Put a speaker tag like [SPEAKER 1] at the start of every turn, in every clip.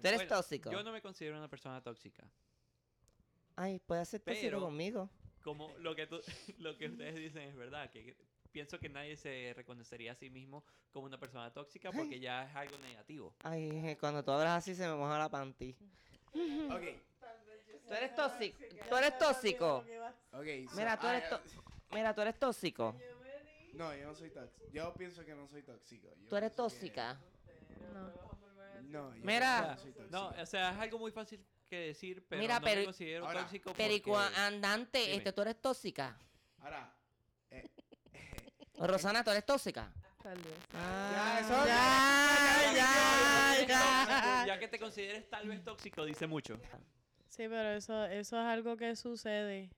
[SPEAKER 1] Tú eres
[SPEAKER 2] Bueno,
[SPEAKER 1] tóxico.
[SPEAKER 2] Yo no me considero una persona tóxica.
[SPEAKER 1] Ay, puedes ser tóxico
[SPEAKER 2] Pero-
[SPEAKER 1] conmigo.
[SPEAKER 2] Como lo que, tú- lo que ustedes dicen es verdad, que pienso que nadie se reconocería a sí mismo como una persona tóxica porque ya es algo negativo.
[SPEAKER 1] Ay, cuando tú hablas así se me moja la panty.
[SPEAKER 3] Ok,
[SPEAKER 1] Tú eres tóxico. Tú eres tóxico.
[SPEAKER 3] ok. so-
[SPEAKER 1] Mira, tú
[SPEAKER 3] ah,
[SPEAKER 1] eres, tó- Mira, tú eres tóxico.
[SPEAKER 3] No, yo no soy tóxico. Yo pienso que no soy tóxico. Yo
[SPEAKER 1] Tú eres
[SPEAKER 3] pienso que-
[SPEAKER 1] tóxica.
[SPEAKER 3] No, yo
[SPEAKER 1] Mira.
[SPEAKER 3] no soy tóxico.
[SPEAKER 2] No, o sea, es algo muy fácil que decir, pero
[SPEAKER 1] Ah. Mira,
[SPEAKER 2] no
[SPEAKER 1] pero-
[SPEAKER 2] me considero
[SPEAKER 3] Ahora,
[SPEAKER 2] tóxico porque...
[SPEAKER 1] Pericuandante,
[SPEAKER 2] Dime.
[SPEAKER 1] este, tú eres tóxica.
[SPEAKER 3] Ahora, eh,
[SPEAKER 1] Rosana, tú eres tóxica. Ah,
[SPEAKER 4] Tal vez.
[SPEAKER 3] Ya, eso-
[SPEAKER 1] ya, ya, Ah, ya.
[SPEAKER 2] Ya que te consideres tal vez tóxico, dice mucho.
[SPEAKER 4] Sí, pero eso, eso es algo que sucede.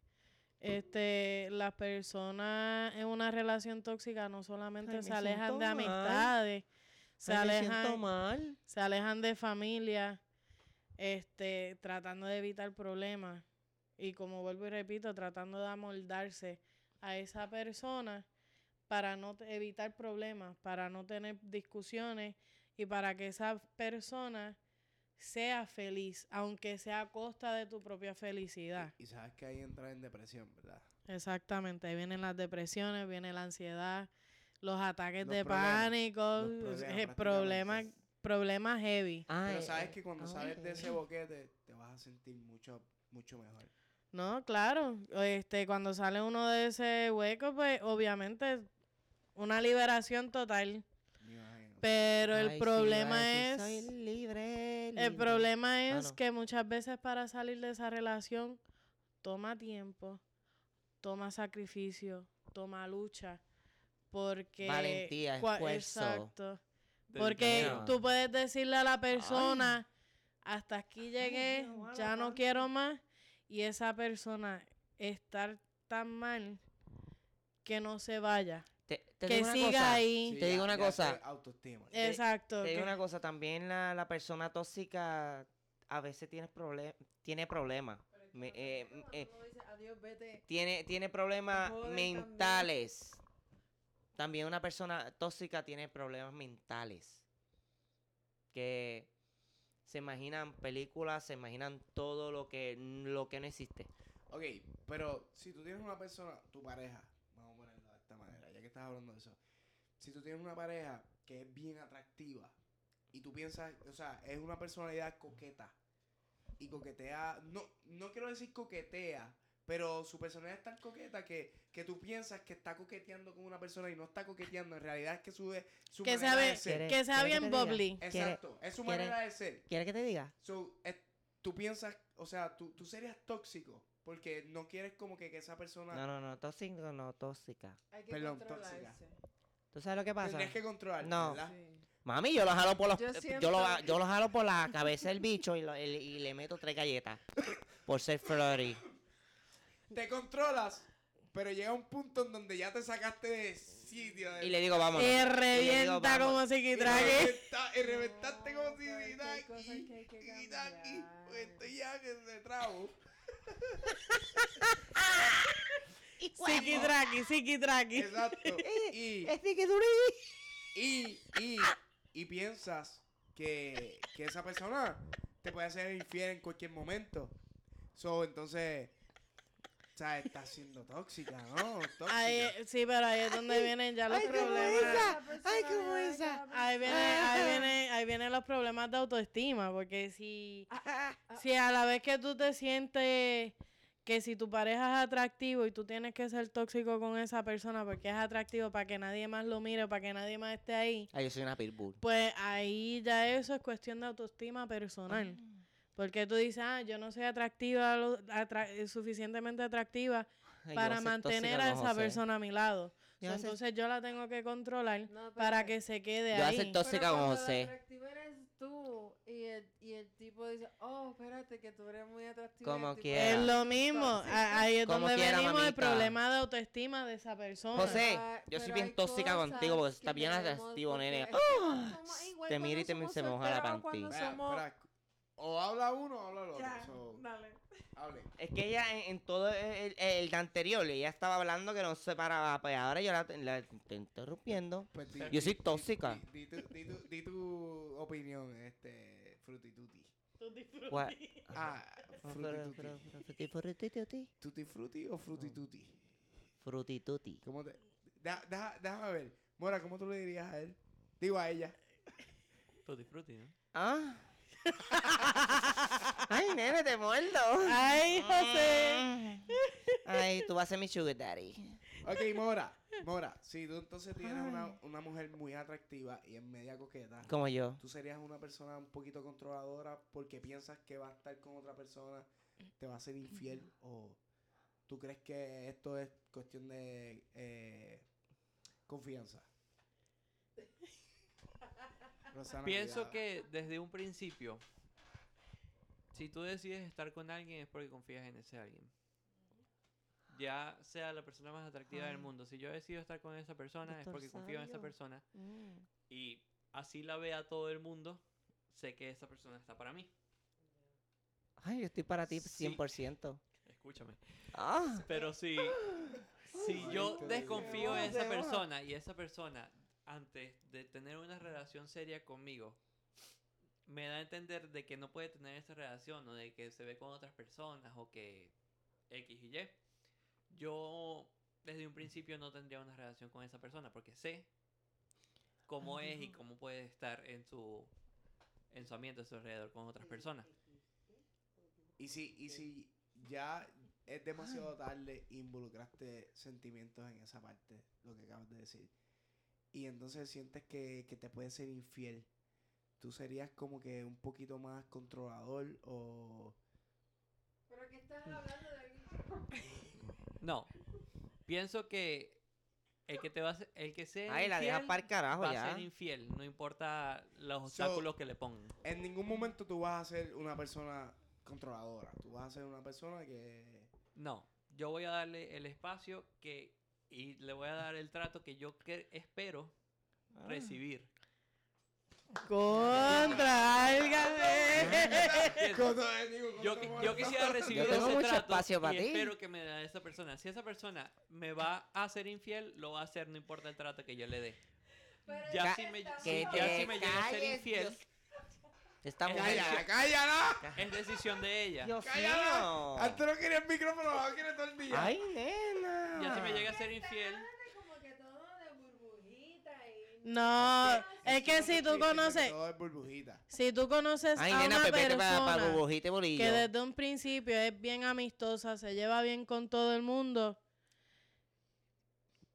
[SPEAKER 4] Este, las personas en una relación tóxica no solamente
[SPEAKER 1] Ay, me
[SPEAKER 4] se alejan
[SPEAKER 1] siento mal.
[SPEAKER 4] de amistades, se
[SPEAKER 1] Ay, me siento
[SPEAKER 4] alejan,
[SPEAKER 1] mal.
[SPEAKER 4] se alejan de familia, este, tratando de evitar problemas. Y como vuelvo y repito, tratando de amoldarse a esa persona para no te- evitar problemas, para no tener discusiones y para que esa persona sea feliz, aunque sea a costa de tu propia felicidad.
[SPEAKER 3] y sabes que ahí entra en depresión, ¿verdad?
[SPEAKER 4] Exactamente, ahí vienen las depresiones, viene la ansiedad, los ataques
[SPEAKER 3] Los
[SPEAKER 4] de
[SPEAKER 3] problemas,
[SPEAKER 4] pánico,
[SPEAKER 3] los problemas,
[SPEAKER 4] eh,
[SPEAKER 3] prácticamente.
[SPEAKER 4] problemas, problemas heavy.
[SPEAKER 1] Ay,
[SPEAKER 3] Pero sabes que cuando
[SPEAKER 1] ay,
[SPEAKER 3] sales de
[SPEAKER 1] ay.
[SPEAKER 3] ese boquete, te vas a sentir mucho, mucho mejor.
[SPEAKER 4] No, claro. Este, cuando sale uno de ese hueco, pues obviamente una liberación total.
[SPEAKER 3] Me imagino.
[SPEAKER 4] Pero el
[SPEAKER 1] Ay, sí,
[SPEAKER 4] problema
[SPEAKER 1] ay,
[SPEAKER 4] es.
[SPEAKER 1] sí, soy libre.
[SPEAKER 4] El
[SPEAKER 1] libre.
[SPEAKER 4] problema
[SPEAKER 1] Ah,
[SPEAKER 4] es
[SPEAKER 1] no.
[SPEAKER 4] que muchas veces para salir de esa relación toma tiempo, toma sacrificio, toma lucha. Porque.
[SPEAKER 1] Valentía,
[SPEAKER 4] cua-
[SPEAKER 1] esfuerzo.
[SPEAKER 4] Exacto. Porque
[SPEAKER 1] Dedicación.
[SPEAKER 4] tú puedes decirle a la persona, hasta aquí llegué,
[SPEAKER 1] Dios, guarda
[SPEAKER 4] ya no
[SPEAKER 1] tanto.
[SPEAKER 4] quiero más, y esa persona estar tan mal que no se vaya.
[SPEAKER 1] Te- te
[SPEAKER 4] que
[SPEAKER 1] digo una
[SPEAKER 4] siga
[SPEAKER 1] cosa.
[SPEAKER 4] ahí.
[SPEAKER 3] Sí,
[SPEAKER 1] Te digo
[SPEAKER 3] ya-
[SPEAKER 1] una
[SPEAKER 3] ya
[SPEAKER 1] cosa.
[SPEAKER 3] es Autoestima.
[SPEAKER 1] Eh,
[SPEAKER 4] Exacto.
[SPEAKER 1] Te digo
[SPEAKER 4] que-
[SPEAKER 1] una cosa, también la, la persona tóxica a veces tiene, proble- tiene problemas. Me- eh, eh,
[SPEAKER 5] Adiós, vete.
[SPEAKER 1] tiene, tiene problemas
[SPEAKER 5] Joder, también.
[SPEAKER 1] mentales. También. una persona tóxica tiene problemas mentales. Que se imaginan películas, se imaginan todo lo que, lo que no existe.
[SPEAKER 3] Ok, pero si tú tienes una persona, tu pareja, vamos a ponerlo de esta manera, ya que estás hablando de eso. Si tú tienes una pareja que es bien atractiva y tú piensas, o sea, es una personalidad coqueta y coquetea, no, no quiero decir coquetea, pero su personalidad es tan coqueta que, que tú piensas que está coqueteando con una persona y no está coqueteando, en realidad es que su, su
[SPEAKER 4] Que
[SPEAKER 3] manera
[SPEAKER 4] sabe-
[SPEAKER 3] de ser.
[SPEAKER 4] que sea
[SPEAKER 1] ¿Quieres
[SPEAKER 4] bien
[SPEAKER 1] te diga?
[SPEAKER 4] bubbly.
[SPEAKER 1] ¿Quieres-
[SPEAKER 3] Exacto, es su
[SPEAKER 1] quiere-
[SPEAKER 3] manera de ser.
[SPEAKER 1] ¿Quieres que te diga?
[SPEAKER 3] So, es- tú piensas, o sea, tú, tú serías tóxico porque no quieres como que, que esa persona...
[SPEAKER 1] No, no, no, tóxico no, tóxica.
[SPEAKER 5] Hay que
[SPEAKER 3] Perdón,
[SPEAKER 5] controlarse.
[SPEAKER 1] ¿Tú sabes lo que pasa?
[SPEAKER 3] Tendrías que controlar.
[SPEAKER 1] No.
[SPEAKER 3] ¿verdad?
[SPEAKER 5] Sí.
[SPEAKER 1] Mami, yo lo jalo por los,
[SPEAKER 5] Yo
[SPEAKER 1] eh, yo,
[SPEAKER 5] siento-
[SPEAKER 1] lo, yo lo jalo por la cabeza del bicho y, lo- y- y le meto tres galletas por ser flirty.
[SPEAKER 3] Te controlas, pero llega un punto en donde ya te sacaste de sitio. de-
[SPEAKER 1] Y le digo, vámonos.
[SPEAKER 4] Te
[SPEAKER 1] Y le digo,
[SPEAKER 4] revienta
[SPEAKER 1] "Vámonos".
[SPEAKER 4] como
[SPEAKER 3] y
[SPEAKER 4] psiquitrague.
[SPEAKER 3] reventa- y reventaste
[SPEAKER 5] No,
[SPEAKER 3] como si
[SPEAKER 5] pero es que hay
[SPEAKER 3] Iraki,
[SPEAKER 5] cosas que hay que
[SPEAKER 3] Iraki,
[SPEAKER 5] cambiar.
[SPEAKER 3] pues, estoy ya que se trabo.
[SPEAKER 4] Psiquitraqui, psiquitraqui.
[SPEAKER 3] Exacto. Y,
[SPEAKER 1] Es que durí.
[SPEAKER 3] y, y, y piensas que, que esa persona te puede hacer infiel en cualquier momento. So, entonces, o sea, estás siendo tóxica, ¿no? Tóxica.
[SPEAKER 4] Ahí- sí, pero ahí es donde vienen ya los problemas.
[SPEAKER 5] La personalidad
[SPEAKER 1] cómo
[SPEAKER 5] de
[SPEAKER 1] esa.
[SPEAKER 5] cada persona.
[SPEAKER 4] Ahí, viene, ahí, viene, ahí vienen los problemas de autoestima, porque si, si a la vez que tú te sientes que si tu pareja es atractivo y tú tienes que ser tóxico con esa persona porque es atractivo para que nadie más lo mire, para que nadie más esté ahí,
[SPEAKER 1] Ay, yo soy una pitbull.
[SPEAKER 4] pues ahí ya eso es cuestión de autoestima personal. Porque tú dices, ah, yo no soy atractiva, lo- atra- eh, suficientemente atractiva
[SPEAKER 1] Ay, yo voy
[SPEAKER 4] para
[SPEAKER 1] a ser
[SPEAKER 4] mantener
[SPEAKER 1] tóxica
[SPEAKER 4] a
[SPEAKER 1] con
[SPEAKER 4] esa
[SPEAKER 1] José.
[SPEAKER 4] persona a mi lado.
[SPEAKER 1] Yo voy a ser-
[SPEAKER 4] entonces yo la tengo que controlar
[SPEAKER 5] No, pero-
[SPEAKER 4] para que se quede
[SPEAKER 1] Yo voy a
[SPEAKER 4] ahí.
[SPEAKER 1] ser tóxica.
[SPEAKER 5] Pero
[SPEAKER 1] con
[SPEAKER 5] cuando
[SPEAKER 1] José.
[SPEAKER 5] la atractiva eres tú y el, y el tipo dice, oh, espérate, que tú eres muy atractiva.
[SPEAKER 1] Como quiera.
[SPEAKER 4] Es lo mismo. A- Ahí es
[SPEAKER 1] Como
[SPEAKER 4] donde
[SPEAKER 1] quiera,
[SPEAKER 4] venimos el
[SPEAKER 1] mamita.
[SPEAKER 4] problema de autoestima de esa persona.
[SPEAKER 1] José.
[SPEAKER 5] Ah,
[SPEAKER 1] yo soy bien tóxica contigo porque estás bien atractivo, nene. ¡Ah! Te miro
[SPEAKER 5] miro
[SPEAKER 1] y te- se me moja la panty.
[SPEAKER 3] Espera, espera. O habla uno o habla el otro. So,
[SPEAKER 5] dale.
[SPEAKER 3] hable.
[SPEAKER 1] Es que ella en, en todo el, el- el de anterior, ella estaba hablando que no se paraba. Pues ahora yo la, la estoy interrumpiendo.
[SPEAKER 3] Pues di-
[SPEAKER 1] Yo soy
[SPEAKER 3] di-
[SPEAKER 1] tóxica.
[SPEAKER 3] Di, di tu, di tu- di tu opinión, este, Frutituti.
[SPEAKER 4] Tutti frutti.
[SPEAKER 1] What?
[SPEAKER 3] Ah,
[SPEAKER 1] Fru-
[SPEAKER 3] frutti
[SPEAKER 1] fru-
[SPEAKER 3] tutti.
[SPEAKER 1] fru- frutti- frutti- tutti.
[SPEAKER 3] ¿Tutti frutti o frutti
[SPEAKER 1] No.
[SPEAKER 3] tutti?
[SPEAKER 1] Frutti tutti.
[SPEAKER 3] ¿Cómo te.? Deja- deja- déjame ver. Mora, ¿cómo tú le dirías a él? Digo a ella.
[SPEAKER 2] Tutti frutti, pues ¿no?
[SPEAKER 1] Ah. Ay, nene, te muerdo. Mm.
[SPEAKER 4] Ay, José.
[SPEAKER 1] Ay, tú vas a ser mi sugar daddy.
[SPEAKER 3] Ok, Mora. Mora, si tú entonces tienes una, una mujer muy atractiva y en media coqueta,
[SPEAKER 1] Como yo.
[SPEAKER 3] tú serías una persona un poquito controladora porque piensas que va a estar con otra persona, te va a ser infiel o tú crees que esto es cuestión de eh, confianza. Rosana, cuidado.
[SPEAKER 2] Pienso que desde un principio, si tú decides estar con alguien es porque confías en ese alguien. Ya sea la persona más atractiva del
[SPEAKER 1] Ay.
[SPEAKER 2] mundo. Si yo decido estar con esa persona es
[SPEAKER 1] Doctor
[SPEAKER 2] porque confío en esa
[SPEAKER 1] Sabio.
[SPEAKER 2] persona. Mm. Y así la vea todo el mundo, sé que esa persona está para mí.
[SPEAKER 1] Ay, yo estoy para ti
[SPEAKER 2] Sí.
[SPEAKER 1] 100%.
[SPEAKER 2] Escúchame.
[SPEAKER 1] Ah.
[SPEAKER 2] Pero si, si
[SPEAKER 3] Ay,
[SPEAKER 2] yo
[SPEAKER 3] qué
[SPEAKER 2] desconfío de
[SPEAKER 5] delicioso.
[SPEAKER 2] esa persona y esa persona, antes de tener una relación seria conmigo, me da a entender de que no puede tener esa relación o de que se ve con otras personas o que X y Y, yo desde un principio no tendría una relación con esa persona porque sé cómo es y cómo puede estar en su, en su ambiente, a su alrededor con otras personas.
[SPEAKER 3] Y si, y si ya es demasiado tarde, involucraste sentimientos en esa parte, lo que acabas de decir, y entonces sientes que, que te puede ser infiel, tú serías como que un poquito más controlador o...
[SPEAKER 5] Pero que estás hablando de alguien.
[SPEAKER 2] No. Pienso que el que te va a ser- el que sea
[SPEAKER 1] Ay, la dejas
[SPEAKER 2] infiel
[SPEAKER 1] para el carajo
[SPEAKER 2] va a
[SPEAKER 1] Oh, ya.
[SPEAKER 2] ser infiel, no importa los
[SPEAKER 3] So-
[SPEAKER 2] obstáculos que le pongan.
[SPEAKER 3] En ningún momento tú vas a ser una persona controladora, tú vas a ser una persona que...
[SPEAKER 2] No, yo voy a darle el espacio que y le voy a dar el trato que yo cre- espero
[SPEAKER 1] Ah.
[SPEAKER 2] recibir.
[SPEAKER 4] Contra, álgame.
[SPEAKER 2] ¿Entiendes?
[SPEAKER 3] Cuando- eh, digo, cuando
[SPEAKER 2] Yo, qui-
[SPEAKER 3] estamos
[SPEAKER 2] yo
[SPEAKER 3] hablando-
[SPEAKER 2] quisiera recibir
[SPEAKER 1] tengo
[SPEAKER 2] ese
[SPEAKER 1] mucho
[SPEAKER 2] trato
[SPEAKER 1] espacio para
[SPEAKER 2] y
[SPEAKER 1] ti.
[SPEAKER 2] espero que me dé esa persona. Si esa persona me va a ser infiel, lo va a hacer, no importa el trato que yo le dé.
[SPEAKER 5] Pero
[SPEAKER 2] Ya
[SPEAKER 5] es
[SPEAKER 2] si
[SPEAKER 5] que
[SPEAKER 2] me,
[SPEAKER 5] estamos
[SPEAKER 1] Que
[SPEAKER 2] si- ya
[SPEAKER 1] te
[SPEAKER 2] si me llega a ser
[SPEAKER 1] calles,
[SPEAKER 2] infiel,
[SPEAKER 1] Dios. Esta
[SPEAKER 2] Es
[SPEAKER 1] mujer.
[SPEAKER 3] ¡Cállala, cállala!
[SPEAKER 2] es decisión de ella.
[SPEAKER 1] Dios
[SPEAKER 3] ¡Cállala!
[SPEAKER 1] mío.
[SPEAKER 3] Antes no quería el micrófono, ahora quiere todo el
[SPEAKER 2] Ah,
[SPEAKER 3] día.
[SPEAKER 1] Ay, nena.
[SPEAKER 2] Ya si me llega a
[SPEAKER 5] que
[SPEAKER 2] ser
[SPEAKER 5] estás
[SPEAKER 2] infiel,
[SPEAKER 5] hablando Como que todo de burbujita y.
[SPEAKER 4] No, es que
[SPEAKER 3] Eso no
[SPEAKER 4] si tú
[SPEAKER 3] estoy diciendo que
[SPEAKER 4] conoces,
[SPEAKER 3] Todo es burbujita.
[SPEAKER 4] si tú conoces
[SPEAKER 1] Ay,
[SPEAKER 4] a
[SPEAKER 1] nena,
[SPEAKER 4] una
[SPEAKER 1] pepete para
[SPEAKER 4] persona
[SPEAKER 1] pa burbujita y bolillo.
[SPEAKER 4] que desde un principio es bien amistosa, se lleva bien con todo el mundo,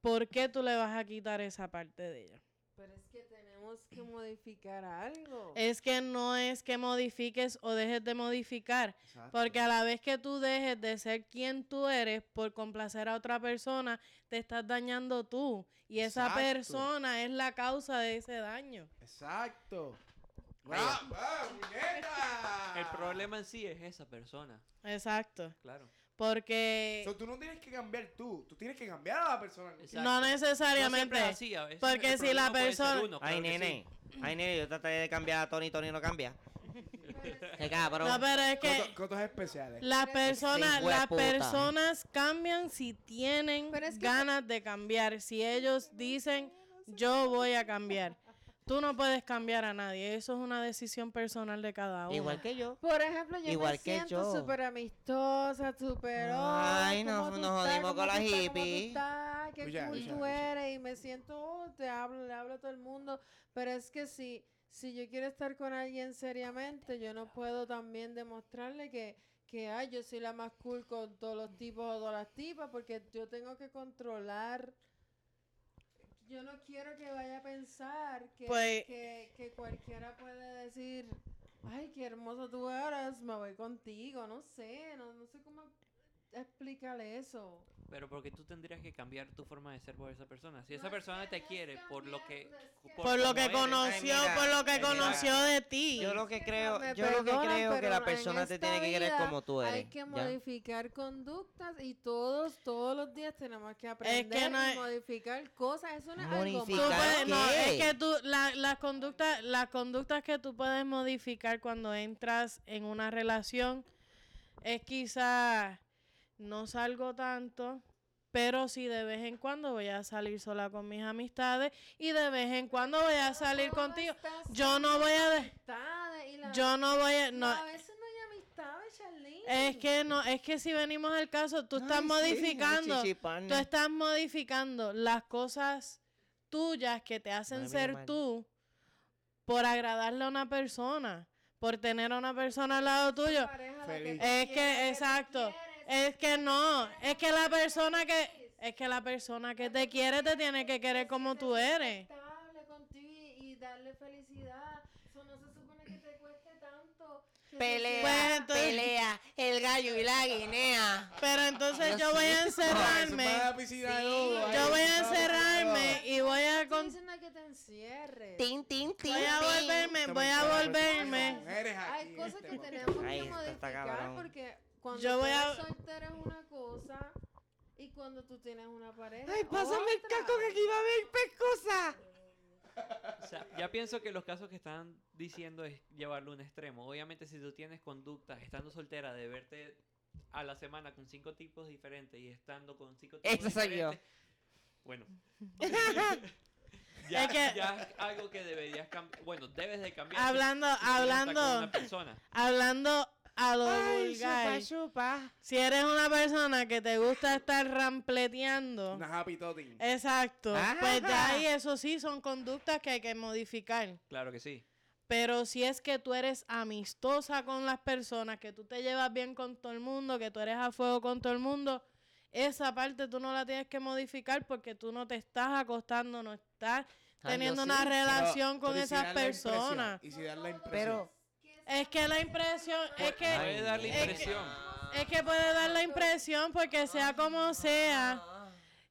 [SPEAKER 4] ¿por qué tú le vas a quitar esa parte de ella?
[SPEAKER 5] Pero es que tenemos que modificar algo.
[SPEAKER 4] Es que no es que modifiques o dejes de modificar,
[SPEAKER 3] Exacto.
[SPEAKER 4] porque a la vez que tú dejes de ser quien tú eres por complacer a otra persona, te estás dañando tú y esa
[SPEAKER 3] Exacto.
[SPEAKER 4] persona es la causa de ese daño.
[SPEAKER 3] Exacto.
[SPEAKER 1] Vaya.
[SPEAKER 3] ¡Ah, ah, puñeta!
[SPEAKER 2] el problema en sí es esa persona.
[SPEAKER 4] Exacto,
[SPEAKER 2] Claro.
[SPEAKER 4] porque
[SPEAKER 3] So, tú no tienes que cambiar tú, tú tienes que cambiar a la persona.
[SPEAKER 2] Exacto.
[SPEAKER 4] no necesariamente.
[SPEAKER 2] No siempre es así, a veces
[SPEAKER 4] porque
[SPEAKER 2] el
[SPEAKER 4] si la
[SPEAKER 2] problema puede ser
[SPEAKER 4] persona-
[SPEAKER 1] Ay,
[SPEAKER 2] uno, claro que
[SPEAKER 1] nene. Ay, nene, yo trataré de cambiar a Tony, Tony no cambia.
[SPEAKER 5] Pero es
[SPEAKER 1] Qué cabrón.
[SPEAKER 4] no, pero es que
[SPEAKER 3] Coto- Cotos especiales.
[SPEAKER 4] Las personas,
[SPEAKER 1] hijo de
[SPEAKER 4] las
[SPEAKER 1] puta.
[SPEAKER 4] personas cambian si tienen
[SPEAKER 5] Pero es que-
[SPEAKER 4] ganas de cambiar. Si ellos dicen, yo voy a cambiar. Tú no puedes cambiar a nadie. Eso es una decisión personal de cada uno.
[SPEAKER 1] Igual que yo.
[SPEAKER 5] Por ejemplo, yo
[SPEAKER 1] Igual
[SPEAKER 5] me
[SPEAKER 1] que yo.
[SPEAKER 5] siento súper amistosa, súper.
[SPEAKER 1] Ay,
[SPEAKER 5] "Oh,
[SPEAKER 1] nos-
[SPEAKER 5] ¿cómo tú
[SPEAKER 1] nos
[SPEAKER 5] estás?
[SPEAKER 1] jodimos
[SPEAKER 5] ¿Cómo
[SPEAKER 1] con
[SPEAKER 5] tú
[SPEAKER 1] las
[SPEAKER 5] estás? ¿Cómo tú
[SPEAKER 1] hippies.
[SPEAKER 5] estás? Qué
[SPEAKER 3] Escucha,
[SPEAKER 5] cool
[SPEAKER 3] escucha,
[SPEAKER 5] tú
[SPEAKER 3] escucha.
[SPEAKER 5] eres. Y me siento, "Oh, te hablo, le hablo a todo el mundo. Pero es que si, si yo quiero estar con alguien seriamente, yo no puedo también demostrarle que, que ay, yo soy la más cool con todos los tipos o todas las tipas, porque yo tengo que controlar. Yo no quiero que vaya a pensar que,
[SPEAKER 4] Pues-
[SPEAKER 5] que, que cualquiera puede decir, ay, qué hermoso tú eres, me voy contigo, no sé, no, no sé cómo explicarle eso.
[SPEAKER 2] Pero porque tú tendrías que cambiar tu forma de ser por esa persona. Si esa
[SPEAKER 5] No es
[SPEAKER 2] persona
[SPEAKER 5] que
[SPEAKER 2] te
[SPEAKER 5] no es
[SPEAKER 2] quiere por lo que
[SPEAKER 5] cambiar, no es que-
[SPEAKER 4] por lo
[SPEAKER 2] cómo
[SPEAKER 4] que
[SPEAKER 2] eres.
[SPEAKER 4] conoció,
[SPEAKER 1] Ay, mira,
[SPEAKER 4] por lo que
[SPEAKER 1] ay, mira.
[SPEAKER 4] conoció de ti.
[SPEAKER 1] Yo lo
[SPEAKER 5] Es
[SPEAKER 1] que
[SPEAKER 5] que
[SPEAKER 1] creo,
[SPEAKER 5] me
[SPEAKER 1] yo lo que
[SPEAKER 5] perdonan,
[SPEAKER 1] creo que
[SPEAKER 5] pero
[SPEAKER 1] la
[SPEAKER 5] en
[SPEAKER 1] persona te
[SPEAKER 5] esta
[SPEAKER 1] tiene que querer
[SPEAKER 5] vida
[SPEAKER 1] como tú eres.
[SPEAKER 5] Hay que
[SPEAKER 1] ¿ya?
[SPEAKER 5] modificar conductas y todos, todos los días tenemos que aprender
[SPEAKER 4] no
[SPEAKER 5] y
[SPEAKER 4] es-
[SPEAKER 5] modificar cosas. Eso no es
[SPEAKER 4] Tú
[SPEAKER 1] Modificar.
[SPEAKER 5] algo
[SPEAKER 4] puedes-
[SPEAKER 5] malo.
[SPEAKER 4] no,
[SPEAKER 1] ¿qué?
[SPEAKER 4] es que tú, la- las, conductas, las conductas que tú puedes modificar cuando entras en una relación es quizás no salgo tanto, pero sí de vez en cuando voy a salir sola con mis amistades y de vez en cuando voy a salir
[SPEAKER 5] Todas
[SPEAKER 4] contigo.
[SPEAKER 5] estas
[SPEAKER 4] Yo no voy a... de-
[SPEAKER 5] amistades y la-
[SPEAKER 4] Yo no voy a...
[SPEAKER 5] No,
[SPEAKER 4] No,
[SPEAKER 5] eso no hay amistad, Charlene.
[SPEAKER 4] es que no, es que si venimos al caso, tú estás modificando. Tú estás modificando las cosas tuyas que te hacen
[SPEAKER 1] Mami,
[SPEAKER 4] ser
[SPEAKER 1] mal.
[SPEAKER 4] tú por agradarle a una persona, por tener a una persona al lado tuyo.
[SPEAKER 3] Feliz.
[SPEAKER 4] Es que, exacto, Es que no, es que la persona que es que la persona que te quiere te tiene que querer como tú eres.
[SPEAKER 5] Estable contigo y y darle felicidad. Eso no se supone que te cueste tanto. que te
[SPEAKER 1] Pelea,
[SPEAKER 4] Pues entonces-
[SPEAKER 1] pelea, el gallo y la guinea.
[SPEAKER 4] Pero entonces
[SPEAKER 1] Yo
[SPEAKER 4] yo voy a
[SPEAKER 1] sí.
[SPEAKER 4] encerrarme,
[SPEAKER 1] Sí.
[SPEAKER 4] yo voy a encerrarme y voy a
[SPEAKER 5] Estoy
[SPEAKER 4] con-
[SPEAKER 5] diciendo que te encierres.
[SPEAKER 1] Tin, tin, tin.
[SPEAKER 4] voy a
[SPEAKER 1] tin.
[SPEAKER 4] volverme, voy a volverme.
[SPEAKER 3] este
[SPEAKER 5] Hay cosas que tenemos
[SPEAKER 1] Ay,
[SPEAKER 5] que
[SPEAKER 1] esto está
[SPEAKER 5] modificar
[SPEAKER 1] cabrón.
[SPEAKER 5] porque cuando
[SPEAKER 4] Yo
[SPEAKER 5] tú
[SPEAKER 4] voy
[SPEAKER 5] eres
[SPEAKER 4] a-
[SPEAKER 5] soltera es una cosa y cuando tú tienes una pareja
[SPEAKER 1] Ay, pásame el
[SPEAKER 5] otra.
[SPEAKER 1] caco que aquí va a haber pescosa.
[SPEAKER 2] O sea, ya pienso que los casos que están diciendo es llevarlo a un extremo. Obviamente, si tú tienes conductas estando soltera de verte a la semana con cinco tipos diferentes y estando con cinco tipos
[SPEAKER 1] Ese soy yo.
[SPEAKER 2] diferentes. Bueno.
[SPEAKER 4] Es
[SPEAKER 2] ya,
[SPEAKER 4] que-
[SPEAKER 2] ya es algo que deberías cambiar. Bueno, debes de cambiar. si-
[SPEAKER 4] Hablando,
[SPEAKER 2] si tienes hasta con
[SPEAKER 4] hablando,
[SPEAKER 2] Una persona.
[SPEAKER 4] hablando a lo
[SPEAKER 1] Ay,
[SPEAKER 4] vulgar.
[SPEAKER 1] chupa, chupa.
[SPEAKER 4] Si eres una persona que te gusta estar rampleteando,
[SPEAKER 3] Una happy totting.
[SPEAKER 4] exacto, pues de
[SPEAKER 1] Ajá.
[SPEAKER 4] ahí eso sí son conductas que hay que modificar.
[SPEAKER 2] Claro que sí.
[SPEAKER 4] Pero si es que tú eres amistosa con las personas, que tú te llevas bien con todo el mundo, que tú eres a fuego con todo el mundo, esa parte tú no la tienes que modificar porque tú no te estás acostando, no estás teniendo una relación con esas personas.
[SPEAKER 3] Y si dar la impresión.
[SPEAKER 1] Pero-
[SPEAKER 4] Es que la impresión es que
[SPEAKER 2] Ay, Puede dar la
[SPEAKER 4] Eh, es que-
[SPEAKER 2] impresión.
[SPEAKER 4] es que puede dar la impresión porque sea como sea,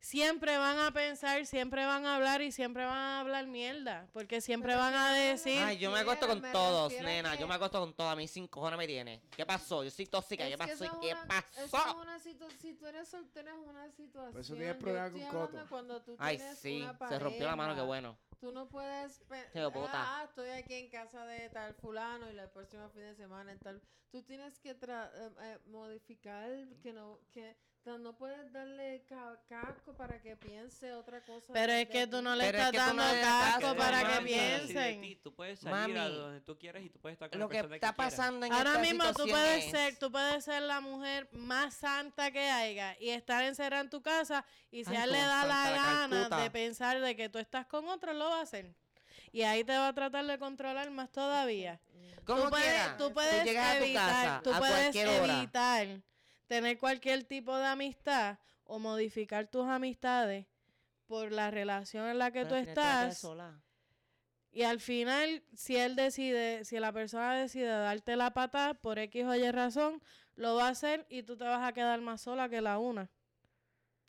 [SPEAKER 4] siempre van a pensar, siempre van a hablar y siempre van a hablar mierda, porque siempre
[SPEAKER 5] Pero
[SPEAKER 4] van a decir
[SPEAKER 1] Ay, yo me acuesto
[SPEAKER 5] Quiero,
[SPEAKER 1] con
[SPEAKER 5] me
[SPEAKER 1] todos,
[SPEAKER 5] refiero a
[SPEAKER 1] nena.
[SPEAKER 5] que-
[SPEAKER 1] Yo me acuesto con todos. A mí sin cojones me tiene. ¿Qué pasó? Yo soy tóxica. ¿Qué
[SPEAKER 5] Es que
[SPEAKER 1] pasó?
[SPEAKER 5] eso es
[SPEAKER 1] ¿Qué
[SPEAKER 5] una- eso es
[SPEAKER 1] pasó?
[SPEAKER 5] una situ- si tú eres soltera es una situación.
[SPEAKER 3] eso tienes problema
[SPEAKER 5] Yo
[SPEAKER 3] con
[SPEAKER 5] estoy hablando
[SPEAKER 3] Coto.
[SPEAKER 5] Cuando tú
[SPEAKER 1] Ay,
[SPEAKER 5] tienes
[SPEAKER 1] sí.
[SPEAKER 5] una
[SPEAKER 1] Se rompió la mano, qué
[SPEAKER 5] pareja.
[SPEAKER 1] bueno.
[SPEAKER 5] Tú no puedes pe-
[SPEAKER 1] Se lo bota.
[SPEAKER 5] ah, estoy aquí en casa de tal fulano y la próxima fin de semana en tal. Tú tienes que tra- eh, eh, modificar que no que ta- no puedes darle ca- casco para que piense otra cosa.
[SPEAKER 4] Pero es
[SPEAKER 5] de
[SPEAKER 4] que tú
[SPEAKER 5] ti.
[SPEAKER 4] no le
[SPEAKER 1] Pero es
[SPEAKER 4] estás
[SPEAKER 1] que tú
[SPEAKER 4] dando
[SPEAKER 1] no le das
[SPEAKER 4] casco
[SPEAKER 1] caso
[SPEAKER 4] para
[SPEAKER 1] Mami.
[SPEAKER 4] que
[SPEAKER 2] Así de
[SPEAKER 4] piensen.
[SPEAKER 2] ti, Tú puedes salir a
[SPEAKER 1] Mami.
[SPEAKER 2] donde tú quieras y tú puedes estar con
[SPEAKER 1] Lo
[SPEAKER 2] la
[SPEAKER 1] que
[SPEAKER 2] persona
[SPEAKER 1] está
[SPEAKER 2] quieras.
[SPEAKER 1] pasando en
[SPEAKER 4] Ahora
[SPEAKER 1] esta
[SPEAKER 4] mismo tú
[SPEAKER 1] situación
[SPEAKER 4] puedes
[SPEAKER 1] es-
[SPEAKER 4] ser, tú puedes ser la mujer más santa que haya y estar encerrada en tu casa y si
[SPEAKER 1] Ay,
[SPEAKER 4] a él le
[SPEAKER 1] como
[SPEAKER 4] da la
[SPEAKER 1] Santa de
[SPEAKER 4] gana de
[SPEAKER 1] Calcuta.
[SPEAKER 4] pensar de que tú estás con otro, lo va a hacer. Y ahí te va a tratar de controlar más todavía.
[SPEAKER 1] Como
[SPEAKER 4] tú puedes,
[SPEAKER 1] quiera.
[SPEAKER 4] tú puedes
[SPEAKER 1] llegas a tu
[SPEAKER 4] evitar,
[SPEAKER 1] casa
[SPEAKER 4] tú
[SPEAKER 1] a
[SPEAKER 4] puedes
[SPEAKER 1] cualquier hora.
[SPEAKER 4] evitar tener cualquier tipo de amistad o modificar tus amistades por la relación en la que
[SPEAKER 1] Pero
[SPEAKER 4] tú
[SPEAKER 1] al final te vas a quedar
[SPEAKER 4] estás.
[SPEAKER 1] sola.
[SPEAKER 4] Y al final, si él decide, si la persona decide darte la patada por X o Y razón, lo va a hacer y tú te vas a quedar más sola que la una.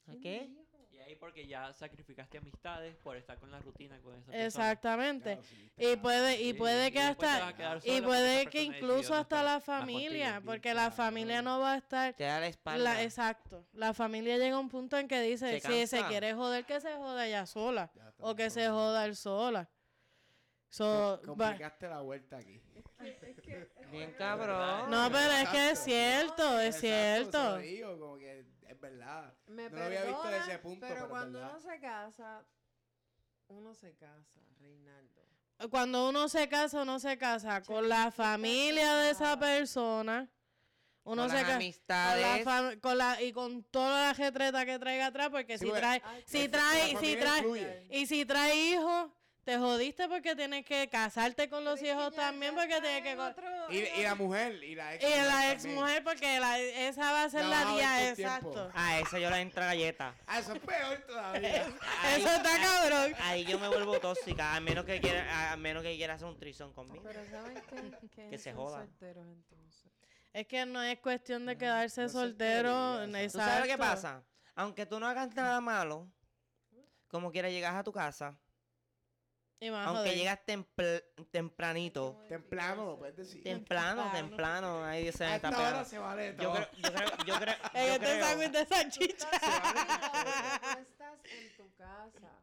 [SPEAKER 1] ¿A qué?
[SPEAKER 2] Y ahí porque ya sacrificaste amistades por estar con la rutina con esa persona.
[SPEAKER 4] Exactamente.
[SPEAKER 3] Claro, sí,
[SPEAKER 4] Y
[SPEAKER 3] está-
[SPEAKER 4] puede, y
[SPEAKER 2] Sí,
[SPEAKER 4] puede
[SPEAKER 2] y
[SPEAKER 4] que
[SPEAKER 2] después te vas
[SPEAKER 4] hasta,
[SPEAKER 2] a quedar sola
[SPEAKER 4] y
[SPEAKER 2] porque
[SPEAKER 4] puede
[SPEAKER 2] esa
[SPEAKER 4] que
[SPEAKER 2] persona
[SPEAKER 4] incluso
[SPEAKER 2] decidió no
[SPEAKER 4] hasta
[SPEAKER 2] estar
[SPEAKER 4] la
[SPEAKER 2] más contigo.
[SPEAKER 4] familia,
[SPEAKER 2] Sí,
[SPEAKER 4] porque la
[SPEAKER 2] claro.
[SPEAKER 4] familia no va a estar.
[SPEAKER 1] Te da la espalda.
[SPEAKER 4] La, exacto. La familia llega a un punto en que dice,
[SPEAKER 1] Se
[SPEAKER 4] si se
[SPEAKER 1] cansa.
[SPEAKER 4] quiere joder, que se joda ella sola.
[SPEAKER 3] Ya está,
[SPEAKER 4] O que se
[SPEAKER 3] todo.
[SPEAKER 4] joda él sola. So,
[SPEAKER 3] Com-
[SPEAKER 4] va-
[SPEAKER 3] Complicaste la vuelta aquí.
[SPEAKER 5] Es que-
[SPEAKER 1] Bien cabrón.
[SPEAKER 4] No, pero es que es
[SPEAKER 3] Exacto.
[SPEAKER 4] cierto, es
[SPEAKER 3] Exacto, se
[SPEAKER 4] cierto.
[SPEAKER 3] lo digo, como que es verdad.
[SPEAKER 5] Me
[SPEAKER 3] No lo había visto desde ese
[SPEAKER 5] perdonan,
[SPEAKER 3] punto,
[SPEAKER 5] pero,
[SPEAKER 3] pero es
[SPEAKER 5] cuando
[SPEAKER 3] verdad.
[SPEAKER 5] uno se casa, uno se casa, Reinaldo.
[SPEAKER 4] cuando uno se casa, uno se casa con la familia de esa persona. Uno
[SPEAKER 1] con las
[SPEAKER 4] se casa con la
[SPEAKER 1] amistades.
[SPEAKER 4] fam- con la- y con toda la retreta que traiga atrás, porque
[SPEAKER 3] Sí,
[SPEAKER 4] si
[SPEAKER 1] pues.
[SPEAKER 3] porque-
[SPEAKER 4] trae,
[SPEAKER 5] Ay, pues,
[SPEAKER 4] si
[SPEAKER 5] qué
[SPEAKER 4] trae-
[SPEAKER 5] feo.
[SPEAKER 4] si
[SPEAKER 5] Porque
[SPEAKER 4] trae-
[SPEAKER 5] influye.
[SPEAKER 4] y si trae hijos, te jodiste porque tienes que casarte con
[SPEAKER 5] Pero
[SPEAKER 4] los
[SPEAKER 5] es Pues que
[SPEAKER 4] hijos
[SPEAKER 5] ya-
[SPEAKER 4] también,
[SPEAKER 5] ya
[SPEAKER 4] porque
[SPEAKER 5] está
[SPEAKER 4] tienes que
[SPEAKER 5] en
[SPEAKER 4] co-
[SPEAKER 5] otro-
[SPEAKER 3] Y,
[SPEAKER 5] en
[SPEAKER 3] y la
[SPEAKER 5] otro-
[SPEAKER 3] mujer, y la ex
[SPEAKER 4] y la
[SPEAKER 3] también.
[SPEAKER 4] ex mujer, porque la- esa va a ser
[SPEAKER 3] Ya
[SPEAKER 4] la
[SPEAKER 3] vas a ver
[SPEAKER 4] día,
[SPEAKER 3] tus tiempos.
[SPEAKER 4] exacto.
[SPEAKER 1] A Ah, esa yo la entra galleta.
[SPEAKER 3] Ah, eso es peor todavía.
[SPEAKER 1] Ahí,
[SPEAKER 4] Eso está cabrón.
[SPEAKER 1] ahí yo me vuelvo tóxica. A menos que quiera, a menos que quiera hacer un trisón conmigo.
[SPEAKER 5] Pero ¿saben qué?
[SPEAKER 1] Que se
[SPEAKER 5] son
[SPEAKER 1] joda.
[SPEAKER 5] solteros, entonces.
[SPEAKER 4] Es que no es cuestión de quedarse
[SPEAKER 3] no se
[SPEAKER 4] soltero.
[SPEAKER 3] quiere, ya,
[SPEAKER 1] ¿Tú sabes lo que
[SPEAKER 4] exacto.
[SPEAKER 1] pasa? Aunque tú no hagas nada malo, como quiera llegas a tu casa,
[SPEAKER 4] Y más
[SPEAKER 1] aunque
[SPEAKER 4] joder.
[SPEAKER 1] llegas templ- tempranito,
[SPEAKER 3] Temprano, lo puedes decir.
[SPEAKER 1] temprano,
[SPEAKER 4] Temprano.
[SPEAKER 1] temprano, ahí se
[SPEAKER 3] A
[SPEAKER 1] me
[SPEAKER 3] esta
[SPEAKER 1] está
[SPEAKER 3] hora
[SPEAKER 1] pegando.
[SPEAKER 3] se vale todo.
[SPEAKER 1] Yo creo, yo creo, yo creo,
[SPEAKER 4] En
[SPEAKER 1] yo
[SPEAKER 4] este
[SPEAKER 1] creo-
[SPEAKER 4] sándwich de salchicha.
[SPEAKER 5] Tú estás en tu casa.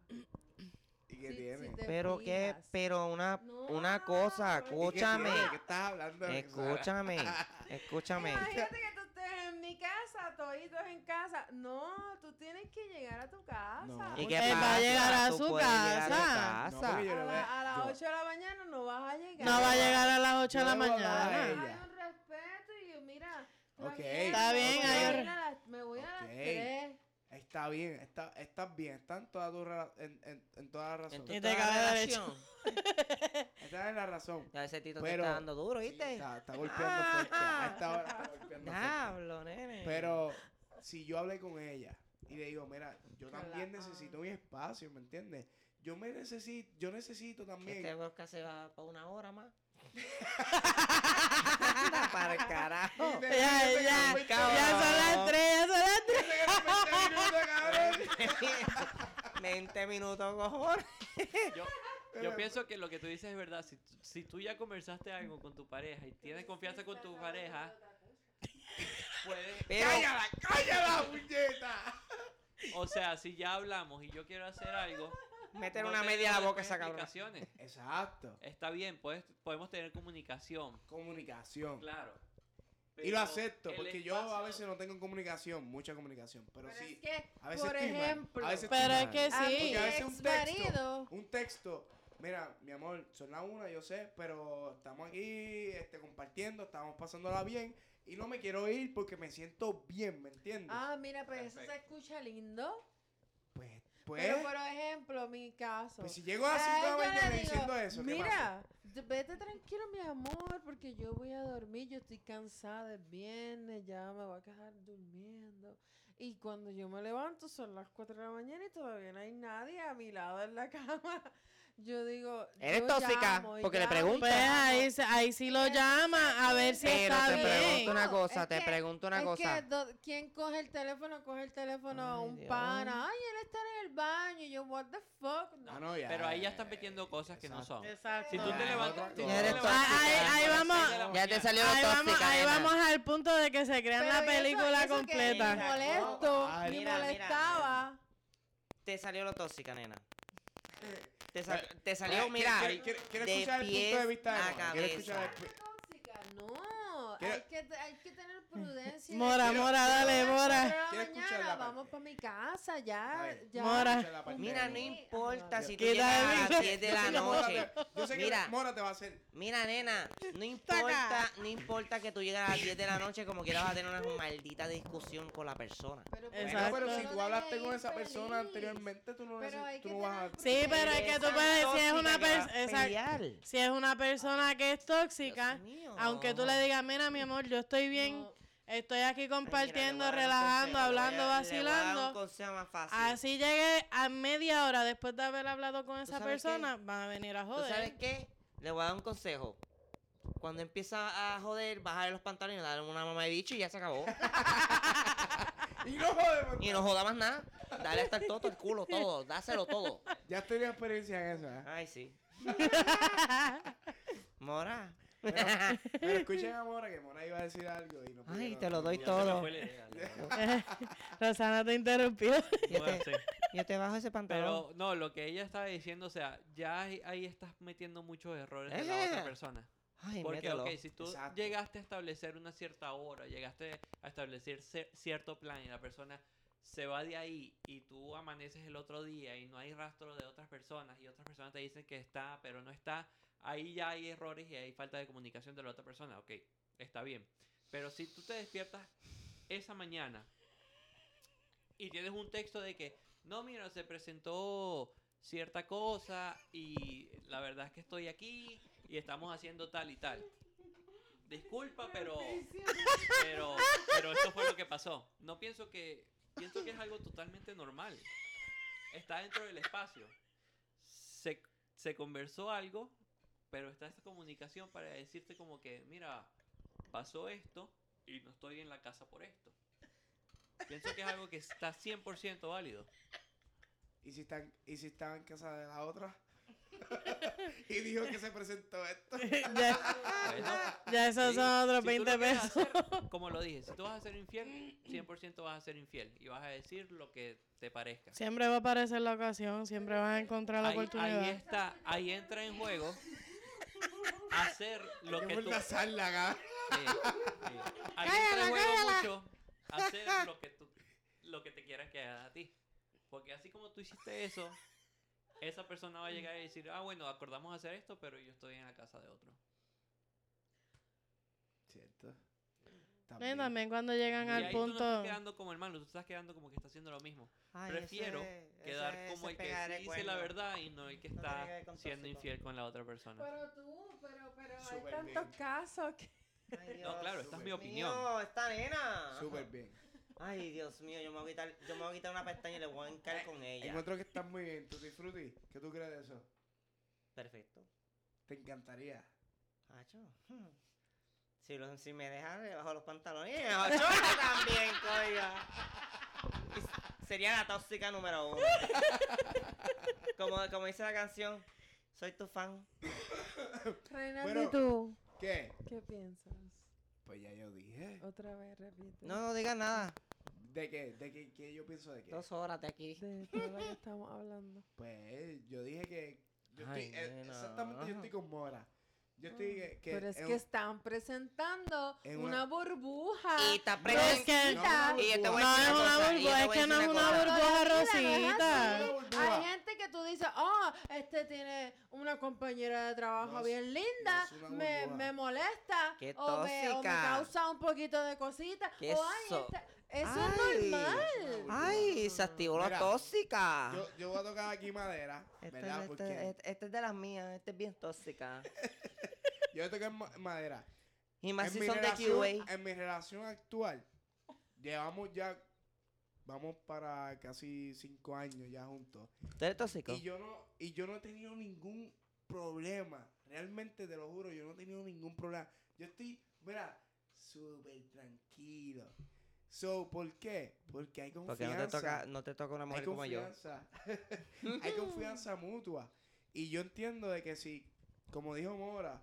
[SPEAKER 3] ¿Y qué
[SPEAKER 5] Si-
[SPEAKER 3] tiene?
[SPEAKER 5] si
[SPEAKER 3] ¿Y
[SPEAKER 5] te
[SPEAKER 1] pero qué,
[SPEAKER 5] fijas.
[SPEAKER 1] pero una,
[SPEAKER 5] No,
[SPEAKER 1] una cosa,
[SPEAKER 5] pero-
[SPEAKER 3] qué
[SPEAKER 1] escúchame,
[SPEAKER 3] tiene? ¿Qué estás hablando?
[SPEAKER 1] escúchame, escúchame.
[SPEAKER 5] Imagínate que tú estés en mi casa, toditos en casa. No, tú tienes que llegar a tu casa.
[SPEAKER 3] No.
[SPEAKER 1] ¿Y
[SPEAKER 3] Él
[SPEAKER 1] qué
[SPEAKER 4] va a
[SPEAKER 1] pasa?
[SPEAKER 4] llegar a
[SPEAKER 1] Tú
[SPEAKER 4] su
[SPEAKER 1] puedes llegar a tu
[SPEAKER 4] casa.
[SPEAKER 1] casa.
[SPEAKER 3] No, porque
[SPEAKER 5] A,
[SPEAKER 3] yo lo
[SPEAKER 5] la-
[SPEAKER 3] veo-
[SPEAKER 5] a las
[SPEAKER 3] yo-
[SPEAKER 5] 8 de la mañana no vas a llegar.
[SPEAKER 4] No va a llegar a las 8 de
[SPEAKER 3] Yo
[SPEAKER 4] la
[SPEAKER 3] le voy a hablar a
[SPEAKER 4] mañana.
[SPEAKER 3] ella.
[SPEAKER 5] Hay un respeto y yo, mira.
[SPEAKER 3] Ok.
[SPEAKER 5] tranquila,
[SPEAKER 3] Está
[SPEAKER 4] bien,
[SPEAKER 5] me
[SPEAKER 4] hay un
[SPEAKER 5] voy
[SPEAKER 4] re-
[SPEAKER 5] a las- Me voy a
[SPEAKER 3] Ok.
[SPEAKER 5] las 3.
[SPEAKER 3] Está bien, está, estás bien, está en toda, tu rela- en, en, en toda la razón.
[SPEAKER 1] En tu
[SPEAKER 4] Y te
[SPEAKER 1] toda
[SPEAKER 4] cabe
[SPEAKER 1] la
[SPEAKER 4] derecho.
[SPEAKER 1] relación.
[SPEAKER 3] Está en la razón.
[SPEAKER 1] Ya ese tito te
[SPEAKER 3] Pero-
[SPEAKER 1] está dando duro, ¿viste?
[SPEAKER 3] Está, está golpeando
[SPEAKER 1] Ah,
[SPEAKER 3] fuerte.
[SPEAKER 1] ah.
[SPEAKER 3] A esta hora está golpeando fuerte.
[SPEAKER 1] Diablo, nene.
[SPEAKER 4] Eh.
[SPEAKER 3] Pero si yo hablé con ella y le digo, mira, yo
[SPEAKER 5] Claro.
[SPEAKER 3] también
[SPEAKER 4] ah.
[SPEAKER 3] necesito mi espacio, ¿me entiendes? Yo me necesito, yo necesito también.
[SPEAKER 1] Este podcast se va para una hora más. Anda para el carajo.
[SPEAKER 3] Y me-
[SPEAKER 4] Ya,
[SPEAKER 3] me-
[SPEAKER 4] ya,
[SPEAKER 3] me-
[SPEAKER 4] Ya son las 3, ya son las 3.
[SPEAKER 3] 20 minutos, cabrón.
[SPEAKER 1] 20 minutos, cojones.
[SPEAKER 2] Yo, yo pienso que lo que tú dices es verdad. Si, tú- si tú ya conversaste algo con tu pareja y tienes confianza con tu pareja, puedes.
[SPEAKER 1] Pero,
[SPEAKER 3] ¡Cállala, cállala, puñeta!
[SPEAKER 2] O sea, si ya hablamos y yo quiero hacer algo.
[SPEAKER 1] meter
[SPEAKER 2] no
[SPEAKER 1] una
[SPEAKER 2] te
[SPEAKER 1] media
[SPEAKER 2] digo
[SPEAKER 1] a la boca
[SPEAKER 2] después
[SPEAKER 1] esa cabrona.
[SPEAKER 2] explicaciones.
[SPEAKER 3] Exacto.
[SPEAKER 2] Está bien, puedes, podemos tener comunicación.
[SPEAKER 3] Comunicación.
[SPEAKER 2] Claro.
[SPEAKER 3] y lo
[SPEAKER 2] pero
[SPEAKER 3] acepto,
[SPEAKER 2] el
[SPEAKER 3] porque yo a
[SPEAKER 2] espacio-
[SPEAKER 3] veces no tengo comunicación, mucha comunicación, pero,
[SPEAKER 5] Pero
[SPEAKER 3] sí.
[SPEAKER 5] es que,
[SPEAKER 3] a veces
[SPEAKER 5] por
[SPEAKER 3] estoy mal, a
[SPEAKER 5] ejemplo,
[SPEAKER 3] veces
[SPEAKER 4] Pero es
[SPEAKER 1] mal.
[SPEAKER 4] que
[SPEAKER 5] a mi
[SPEAKER 4] Pues sí.
[SPEAKER 3] porque a veces
[SPEAKER 5] ex
[SPEAKER 3] un texto-
[SPEAKER 5] marido.
[SPEAKER 3] un texto. Mira, mi amor, son las una, yo sé, pero estamos aquí este, compartiendo, estamos pasándola bien y no me quiero ir porque me siento bien, ¿me entiendes?
[SPEAKER 5] Ah, mira, pero eso se
[SPEAKER 2] Perfecto.
[SPEAKER 5] escucha lindo.
[SPEAKER 3] Pues, pues,
[SPEAKER 5] Pero, por ejemplo, mi caso.
[SPEAKER 3] pues si llego a las
[SPEAKER 5] Ah,
[SPEAKER 3] 5 de la
[SPEAKER 5] yo le
[SPEAKER 3] mañana
[SPEAKER 5] digo,
[SPEAKER 3] diciendo eso, ¿qué pasa?
[SPEAKER 5] Mira, d- vete tranquilo, mi amor, porque yo voy a dormir, yo estoy cansada, es viernes, ya me voy a quedar durmiendo. Y cuando yo me levanto son las 4 de la mañana y todavía no hay nadie a mi lado en la cama. Yo digo,
[SPEAKER 1] Eres
[SPEAKER 5] yo
[SPEAKER 1] tóxica,
[SPEAKER 5] llamo,
[SPEAKER 1] porque le
[SPEAKER 5] llamo y
[SPEAKER 1] pregunto.
[SPEAKER 4] Pues
[SPEAKER 5] llamo.
[SPEAKER 4] ahí, se- ahí sí lo llama a ver si
[SPEAKER 1] Pero
[SPEAKER 4] está
[SPEAKER 1] te
[SPEAKER 4] bien.
[SPEAKER 1] pregunto una
[SPEAKER 5] No,
[SPEAKER 1] cosa,
[SPEAKER 5] es
[SPEAKER 1] te
[SPEAKER 5] que-
[SPEAKER 1] pregunto una
[SPEAKER 5] es
[SPEAKER 1] cosa.
[SPEAKER 5] que do- quien coge el teléfono, coge el teléfono a
[SPEAKER 1] Ay,
[SPEAKER 5] un
[SPEAKER 1] Dios.
[SPEAKER 5] pana. Ay, él está en el baño. Y yo, what the fuck. No,
[SPEAKER 3] Ah, no, ya,
[SPEAKER 2] Pero ahí ya
[SPEAKER 3] eh,
[SPEAKER 2] están metiendo cosas que no
[SPEAKER 3] exacto.
[SPEAKER 2] son.
[SPEAKER 4] Exacto.
[SPEAKER 2] Si tú
[SPEAKER 3] Ah,
[SPEAKER 2] te levantas.
[SPEAKER 3] otra
[SPEAKER 2] si tú
[SPEAKER 3] cosa.
[SPEAKER 2] te
[SPEAKER 3] Eres
[SPEAKER 2] levantas
[SPEAKER 4] tóxica.
[SPEAKER 2] a las
[SPEAKER 4] Ahí- ahí
[SPEAKER 2] seis de la
[SPEAKER 4] vamos.
[SPEAKER 1] Ya te
[SPEAKER 2] mañana,
[SPEAKER 1] salió
[SPEAKER 4] Ahí
[SPEAKER 1] la
[SPEAKER 4] vamos,
[SPEAKER 1] tóxica,
[SPEAKER 4] ahí
[SPEAKER 1] nena.
[SPEAKER 4] vamos al punto de que se crean
[SPEAKER 5] Pero
[SPEAKER 4] la
[SPEAKER 5] y eso-
[SPEAKER 4] película
[SPEAKER 5] eso que
[SPEAKER 4] completa.
[SPEAKER 5] ni molesto,
[SPEAKER 3] Ay,
[SPEAKER 5] ni
[SPEAKER 1] mira, mira,
[SPEAKER 5] molestaba.
[SPEAKER 1] Te salió lo tóxica, nena.
[SPEAKER 3] Eh,
[SPEAKER 1] Te, sa-
[SPEAKER 3] eh,
[SPEAKER 1] te salió,
[SPEAKER 3] eh,
[SPEAKER 1] mira.
[SPEAKER 3] ¿quiere- quiere- quiere
[SPEAKER 1] de
[SPEAKER 3] escuchar el punto
[SPEAKER 1] pies
[SPEAKER 3] de vista de
[SPEAKER 1] a
[SPEAKER 3] Mora? ¿Quiere
[SPEAKER 1] cabeza.
[SPEAKER 3] escuchar el-
[SPEAKER 5] Tóxica, no.
[SPEAKER 3] ¿Qué?
[SPEAKER 5] Hay que, hay que tener prudencia.
[SPEAKER 4] Mora,
[SPEAKER 5] Decir,
[SPEAKER 4] mora, dale,
[SPEAKER 5] "Mira,
[SPEAKER 4] mora.
[SPEAKER 5] cuatro de la
[SPEAKER 3] Quiero escuchar
[SPEAKER 5] mañana,
[SPEAKER 3] la parte.
[SPEAKER 5] Vamos para mi casa, ya.
[SPEAKER 3] Ay,
[SPEAKER 5] Ah, ya.
[SPEAKER 4] Mora.
[SPEAKER 3] escucha la parte de
[SPEAKER 1] Mira, no
[SPEAKER 3] Mora.
[SPEAKER 5] Sí,
[SPEAKER 1] importa
[SPEAKER 5] ajá.
[SPEAKER 1] si tú
[SPEAKER 4] Quita
[SPEAKER 1] llegas
[SPEAKER 4] de
[SPEAKER 1] a
[SPEAKER 4] mí.
[SPEAKER 1] las 10 de
[SPEAKER 3] Yo sé que
[SPEAKER 1] la
[SPEAKER 3] Mora te-
[SPEAKER 1] noche.
[SPEAKER 3] Yo sé que
[SPEAKER 1] Mira.
[SPEAKER 3] Mora te va a hacer.
[SPEAKER 1] Mira, nena, no importa, no importa que tú llegues a las 10 de la noche, como quieras vas a tener una maldita discusión con la persona.
[SPEAKER 4] Bueno,
[SPEAKER 5] Pero, pues,
[SPEAKER 3] Bueno, pero si
[SPEAKER 5] no
[SPEAKER 3] tú
[SPEAKER 5] dejes
[SPEAKER 3] hablaste con
[SPEAKER 5] ir
[SPEAKER 3] esa persona
[SPEAKER 5] feliz.
[SPEAKER 3] anteriormente, tú no,
[SPEAKER 5] Pero
[SPEAKER 3] neces-
[SPEAKER 5] hay
[SPEAKER 3] tú
[SPEAKER 5] que
[SPEAKER 3] no vas a.
[SPEAKER 5] tener
[SPEAKER 4] Sí, pero es que tú
[SPEAKER 5] Esa
[SPEAKER 4] puedes decir es una
[SPEAKER 1] persona.
[SPEAKER 4] persona. Si es una persona que es tóxica, aunque tú le digas, mira, mi amor, yo estoy bien,
[SPEAKER 5] No,
[SPEAKER 4] estoy aquí compartiendo,
[SPEAKER 1] Ay, mira, le voy a dar un
[SPEAKER 4] relajando,
[SPEAKER 1] consejo, le voy a-
[SPEAKER 4] hablando,
[SPEAKER 1] Le voy a dar un
[SPEAKER 4] vacilando. Ah,
[SPEAKER 1] consejo más fácil.
[SPEAKER 4] Así llegué a media hora después de haber hablado con esa
[SPEAKER 1] sabes qué?
[SPEAKER 4] persona, van a venir a
[SPEAKER 1] ¿Tú sabes
[SPEAKER 4] joder.
[SPEAKER 1] qué? Le voy a dar un consejo. Cuando empieza a joder, bajar los pantalones, darle una mamá de bicho y ya se acabó.
[SPEAKER 3] Y no jodemos.
[SPEAKER 1] Y no joda más nada. Dale hasta el toto, el culo, todo. Dáselo todo.
[SPEAKER 3] Ya estoy de experiencia en eso. ¿eh?
[SPEAKER 1] Ay, sí. Mora.
[SPEAKER 3] Pero, pero escuchen a Mora, que Mora iba a decir algo. Y no
[SPEAKER 1] Ay,
[SPEAKER 3] pudieron-
[SPEAKER 1] te lo doy
[SPEAKER 2] Ya
[SPEAKER 3] no
[SPEAKER 2] se me
[SPEAKER 1] todo.
[SPEAKER 2] fue la idea, la verdad.
[SPEAKER 4] Rosana te interrumpió.
[SPEAKER 1] Yo
[SPEAKER 2] Bueno,
[SPEAKER 1] te,
[SPEAKER 2] sí.
[SPEAKER 1] yo te bajo ese pantalón.
[SPEAKER 2] Pero no, lo que ella estaba diciendo, o sea, ya ahí, ahí estás metiendo muchos errores de la
[SPEAKER 3] Eh.
[SPEAKER 1] Ejé.
[SPEAKER 2] otra persona.
[SPEAKER 1] Ay,
[SPEAKER 2] Porque,
[SPEAKER 1] mételo.
[SPEAKER 2] ok, si tú
[SPEAKER 3] Exacto.
[SPEAKER 2] llegaste a establecer una cierta hora, llegaste a establecer cer- cierto plan y la persona se va de ahí y tú amaneces el otro día y no hay rastro de otras personas y otras personas te dicen que está, pero no está, ahí ya hay errores y hay falta de comunicación de la otra persona, ok, está bien. Pero si tú te despiertas esa mañana y tienes un texto de que, no, mira, se presentó cierta cosa y la verdad es que estoy aquí y estamos haciendo tal y tal. Disculpa, pero, pero, pero esto fue lo que pasó. No pienso que, pienso que es algo totalmente normal. Está dentro del espacio. Se, se conversó algo, pero está esta comunicación para decirte como que, mira, pasó esto y no estoy en la casa por esto. Pienso que es algo que está 100% válido.
[SPEAKER 3] ¿Y si, están, ¿Y si están en casa de la otra? y dijo que se presentó esto.
[SPEAKER 4] ya,
[SPEAKER 2] Bueno,
[SPEAKER 4] ya esos
[SPEAKER 2] Sí,
[SPEAKER 4] son otros
[SPEAKER 2] si tú
[SPEAKER 4] 20
[SPEAKER 2] lo quieres
[SPEAKER 4] pesos.
[SPEAKER 2] hacer, como lo dije, si tú vas a ser infiel, 100% vas a ser infiel y vas a decir lo que te parezca.
[SPEAKER 4] Siempre va a aparecer la ocasión, siempre vas a encontrar la
[SPEAKER 2] Ahí,
[SPEAKER 4] oportunidad.
[SPEAKER 2] ahí está, ahí entra en juego hacer lo que
[SPEAKER 3] Qué
[SPEAKER 2] tú
[SPEAKER 3] buena sala, acá.
[SPEAKER 2] sí, sí. Ahí entra en juego mucho hacer lo que tú lo que te quieran que haga a ti. Porque así como tú hiciste eso, esa persona va a llegar y decir, ah, bueno, acordamos hacer esto, pero yo estoy en la casa de otro.
[SPEAKER 3] Cierto.
[SPEAKER 4] Ven, también cuando llegan
[SPEAKER 2] Y
[SPEAKER 4] al
[SPEAKER 2] ahí tú no
[SPEAKER 4] punto.
[SPEAKER 2] estás quedando como el malo, tú estás quedando como que está haciendo lo mismo. Prefiero Quedar como el que sí dice la verdad y no el que
[SPEAKER 1] No
[SPEAKER 2] está
[SPEAKER 1] tiene que ver con
[SPEAKER 2] siendo
[SPEAKER 1] tóxico.
[SPEAKER 2] infiel con la otra persona.
[SPEAKER 5] Pero tú, pero, pero hay
[SPEAKER 3] Súper
[SPEAKER 5] tantos
[SPEAKER 3] bien.
[SPEAKER 5] casos que...
[SPEAKER 1] no,
[SPEAKER 2] claro, esta es mi opinión.
[SPEAKER 1] No, esta nena.
[SPEAKER 3] Súper bien.
[SPEAKER 1] Ay, Dios mío, yo me voy a quitar, yo me voy a quitar una pestaña y le voy a encar con
[SPEAKER 3] Eh,
[SPEAKER 1] ella.
[SPEAKER 3] Encuentro que estás muy bien. Tutti Frutti, ¿qué tú crees de eso?
[SPEAKER 1] Perfecto.
[SPEAKER 3] Te encantaría.
[SPEAKER 1] Acho. hmm. Si, lo- si me dejan, le bajo los pantalones. Y me bajo yo también, coño. Y s- Sería la tóxica número uno. Como, como dice la canción, soy tu fan.
[SPEAKER 5] Reinaldo,
[SPEAKER 3] Bueno.
[SPEAKER 5] ¿y tú?
[SPEAKER 3] ¿Qué?
[SPEAKER 5] ¿Qué piensas?
[SPEAKER 3] Pues ya yo dije.
[SPEAKER 5] Otra vez, repite.
[SPEAKER 1] No, no digas nada.
[SPEAKER 3] ¿De qué? ¿De qué, qué yo pienso de qué?
[SPEAKER 1] Dos horas de aquí.
[SPEAKER 5] De todo lo que estamos hablando.
[SPEAKER 3] Pues yo dije que. Yo
[SPEAKER 1] Ay,
[SPEAKER 3] estoy, eh,
[SPEAKER 1] nena.
[SPEAKER 3] exactamente, yo estoy con Mora. Yo estoy que. que
[SPEAKER 5] Mm, Pero es
[SPEAKER 3] en-
[SPEAKER 5] que están presentando
[SPEAKER 3] es
[SPEAKER 5] una,
[SPEAKER 3] una-
[SPEAKER 5] burbuja.
[SPEAKER 1] Y está
[SPEAKER 4] No, es
[SPEAKER 1] presente.
[SPEAKER 4] que
[SPEAKER 3] No,
[SPEAKER 5] Rosita.
[SPEAKER 3] no,
[SPEAKER 1] Y yo te voy
[SPEAKER 4] no
[SPEAKER 1] a
[SPEAKER 4] es
[SPEAKER 1] decir una
[SPEAKER 4] una
[SPEAKER 1] cosa, y yo
[SPEAKER 4] burbuja,
[SPEAKER 1] te
[SPEAKER 4] es
[SPEAKER 1] voy a
[SPEAKER 4] que no
[SPEAKER 1] decir una
[SPEAKER 4] es una
[SPEAKER 1] cosa.
[SPEAKER 4] burbuja
[SPEAKER 5] Pero es que la verdad,
[SPEAKER 4] rosita.
[SPEAKER 3] Una
[SPEAKER 5] sí,
[SPEAKER 3] burbuja.
[SPEAKER 5] Hay gente que tú dices, oh, este tiene una compañera de trabajo
[SPEAKER 3] No es-
[SPEAKER 5] bien linda,
[SPEAKER 3] no es una
[SPEAKER 5] me,
[SPEAKER 3] burbuja.
[SPEAKER 5] me molesta,
[SPEAKER 1] Qué
[SPEAKER 5] o me, o me
[SPEAKER 1] tóxica.
[SPEAKER 5] causa un poquito de cosita.
[SPEAKER 1] Qué
[SPEAKER 5] o, "Ay,
[SPEAKER 1] so-
[SPEAKER 5] esta- eso
[SPEAKER 1] Ay.
[SPEAKER 5] es normal.
[SPEAKER 1] Ay, se activó la
[SPEAKER 3] Mira,
[SPEAKER 1] tóxica.
[SPEAKER 3] Yo, yo voy a tocar aquí madera,
[SPEAKER 1] Esta
[SPEAKER 3] ¿verdad?
[SPEAKER 1] es- esta-
[SPEAKER 3] Porque
[SPEAKER 1] esta- esta es de las mías, esta es bien tóxica.
[SPEAKER 3] yo voy a tocar ma- madera.
[SPEAKER 1] Y más
[SPEAKER 3] En
[SPEAKER 1] si
[SPEAKER 3] mi,
[SPEAKER 1] son de
[SPEAKER 3] relación,
[SPEAKER 1] QA.
[SPEAKER 3] en mi relación actual, llevamos ya, vamos para casi cinco años ya juntos.
[SPEAKER 1] ¿Tú eres tóxico?
[SPEAKER 3] Y yo no, y yo no he tenido ningún problema. Realmente te lo juro, yo no he tenido ningún problema. Yo estoy, mira, súper tranquilo. So, ¿por qué? Porque hay
[SPEAKER 1] Porque
[SPEAKER 3] confianza.
[SPEAKER 1] no te toca, no te toca una mujer
[SPEAKER 3] hay
[SPEAKER 1] como yo.
[SPEAKER 3] confianza. hay confianza mutua. Y yo entiendo de que si, como dijo Mora,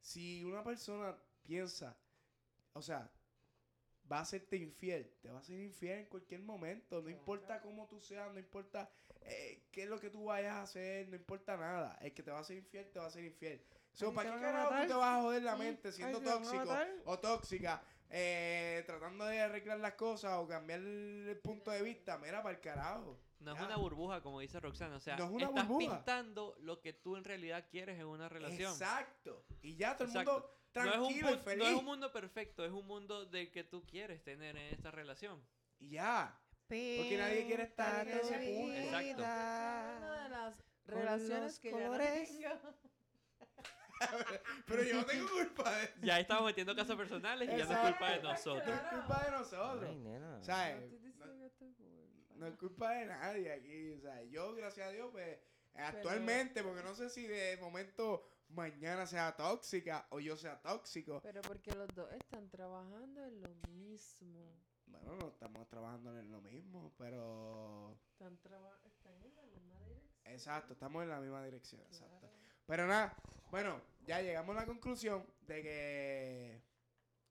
[SPEAKER 3] si una persona piensa, o sea, va a serte infiel, te va a ser infiel en cualquier momento, no importa cómo tú seas, no importa eh, qué es lo que tú vayas a hacer, no importa nada. El que te va a ser infiel, te va a ser infiel. So,
[SPEAKER 4] Ay,
[SPEAKER 3] ¿Para
[SPEAKER 4] te
[SPEAKER 3] qué
[SPEAKER 4] van a
[SPEAKER 3] carajo tú
[SPEAKER 4] matar.
[SPEAKER 3] te vas a joder la
[SPEAKER 4] Mm.
[SPEAKER 3] mente siendo
[SPEAKER 4] Ay, te van a
[SPEAKER 3] tóxico
[SPEAKER 4] matar.
[SPEAKER 3] o tóxica? eh, tratando de arreglar las cosas o cambiar el punto de vista, mira para el carajo.
[SPEAKER 2] No es
[SPEAKER 3] Ya.
[SPEAKER 2] una burbuja, como dice Roxana. O sea,
[SPEAKER 3] No es una
[SPEAKER 2] estás
[SPEAKER 3] burbuja.
[SPEAKER 2] pintando lo que tú en realidad quieres en una relación.
[SPEAKER 3] Exacto. Y ya todo el
[SPEAKER 2] Exacto.
[SPEAKER 3] mundo
[SPEAKER 2] No es, un
[SPEAKER 3] tranquilo
[SPEAKER 2] mun-
[SPEAKER 3] y feliz.
[SPEAKER 2] no es un mundo perfecto, es un mundo del que tú quieres tener en esta relación.
[SPEAKER 3] Y ya. Porque nadie quiere estar en ese punto.
[SPEAKER 2] Exacto.
[SPEAKER 5] Una de las relaciones
[SPEAKER 1] los
[SPEAKER 5] que yo no
[SPEAKER 1] colores.
[SPEAKER 5] tengo.
[SPEAKER 3] Pero yo no tengo culpa de eso.
[SPEAKER 2] Ya estamos metiendo casos personales y ya no es culpa de nosotros.
[SPEAKER 3] No es culpa de nosotros.
[SPEAKER 1] Ay, nena.
[SPEAKER 5] No
[SPEAKER 3] ¿Sabes?
[SPEAKER 5] estoy
[SPEAKER 3] No,
[SPEAKER 5] diciendo que es tu culpa.
[SPEAKER 3] no es culpa de nadie aquí. O sea, yo, gracias a Dios, pues, actualmente, porque no sé si de momento mañana sea tóxica o yo sea tóxico.
[SPEAKER 5] Pero porque los dos están trabajando en lo mismo.
[SPEAKER 3] Bueno, no estamos trabajando en lo mismo, pero.
[SPEAKER 5] Están, traba- están en la misma dirección.
[SPEAKER 3] Exacto, estamos en la misma dirección. Exacto.
[SPEAKER 5] Claro.
[SPEAKER 3] Pero nada, bueno, ya llegamos a la conclusión de que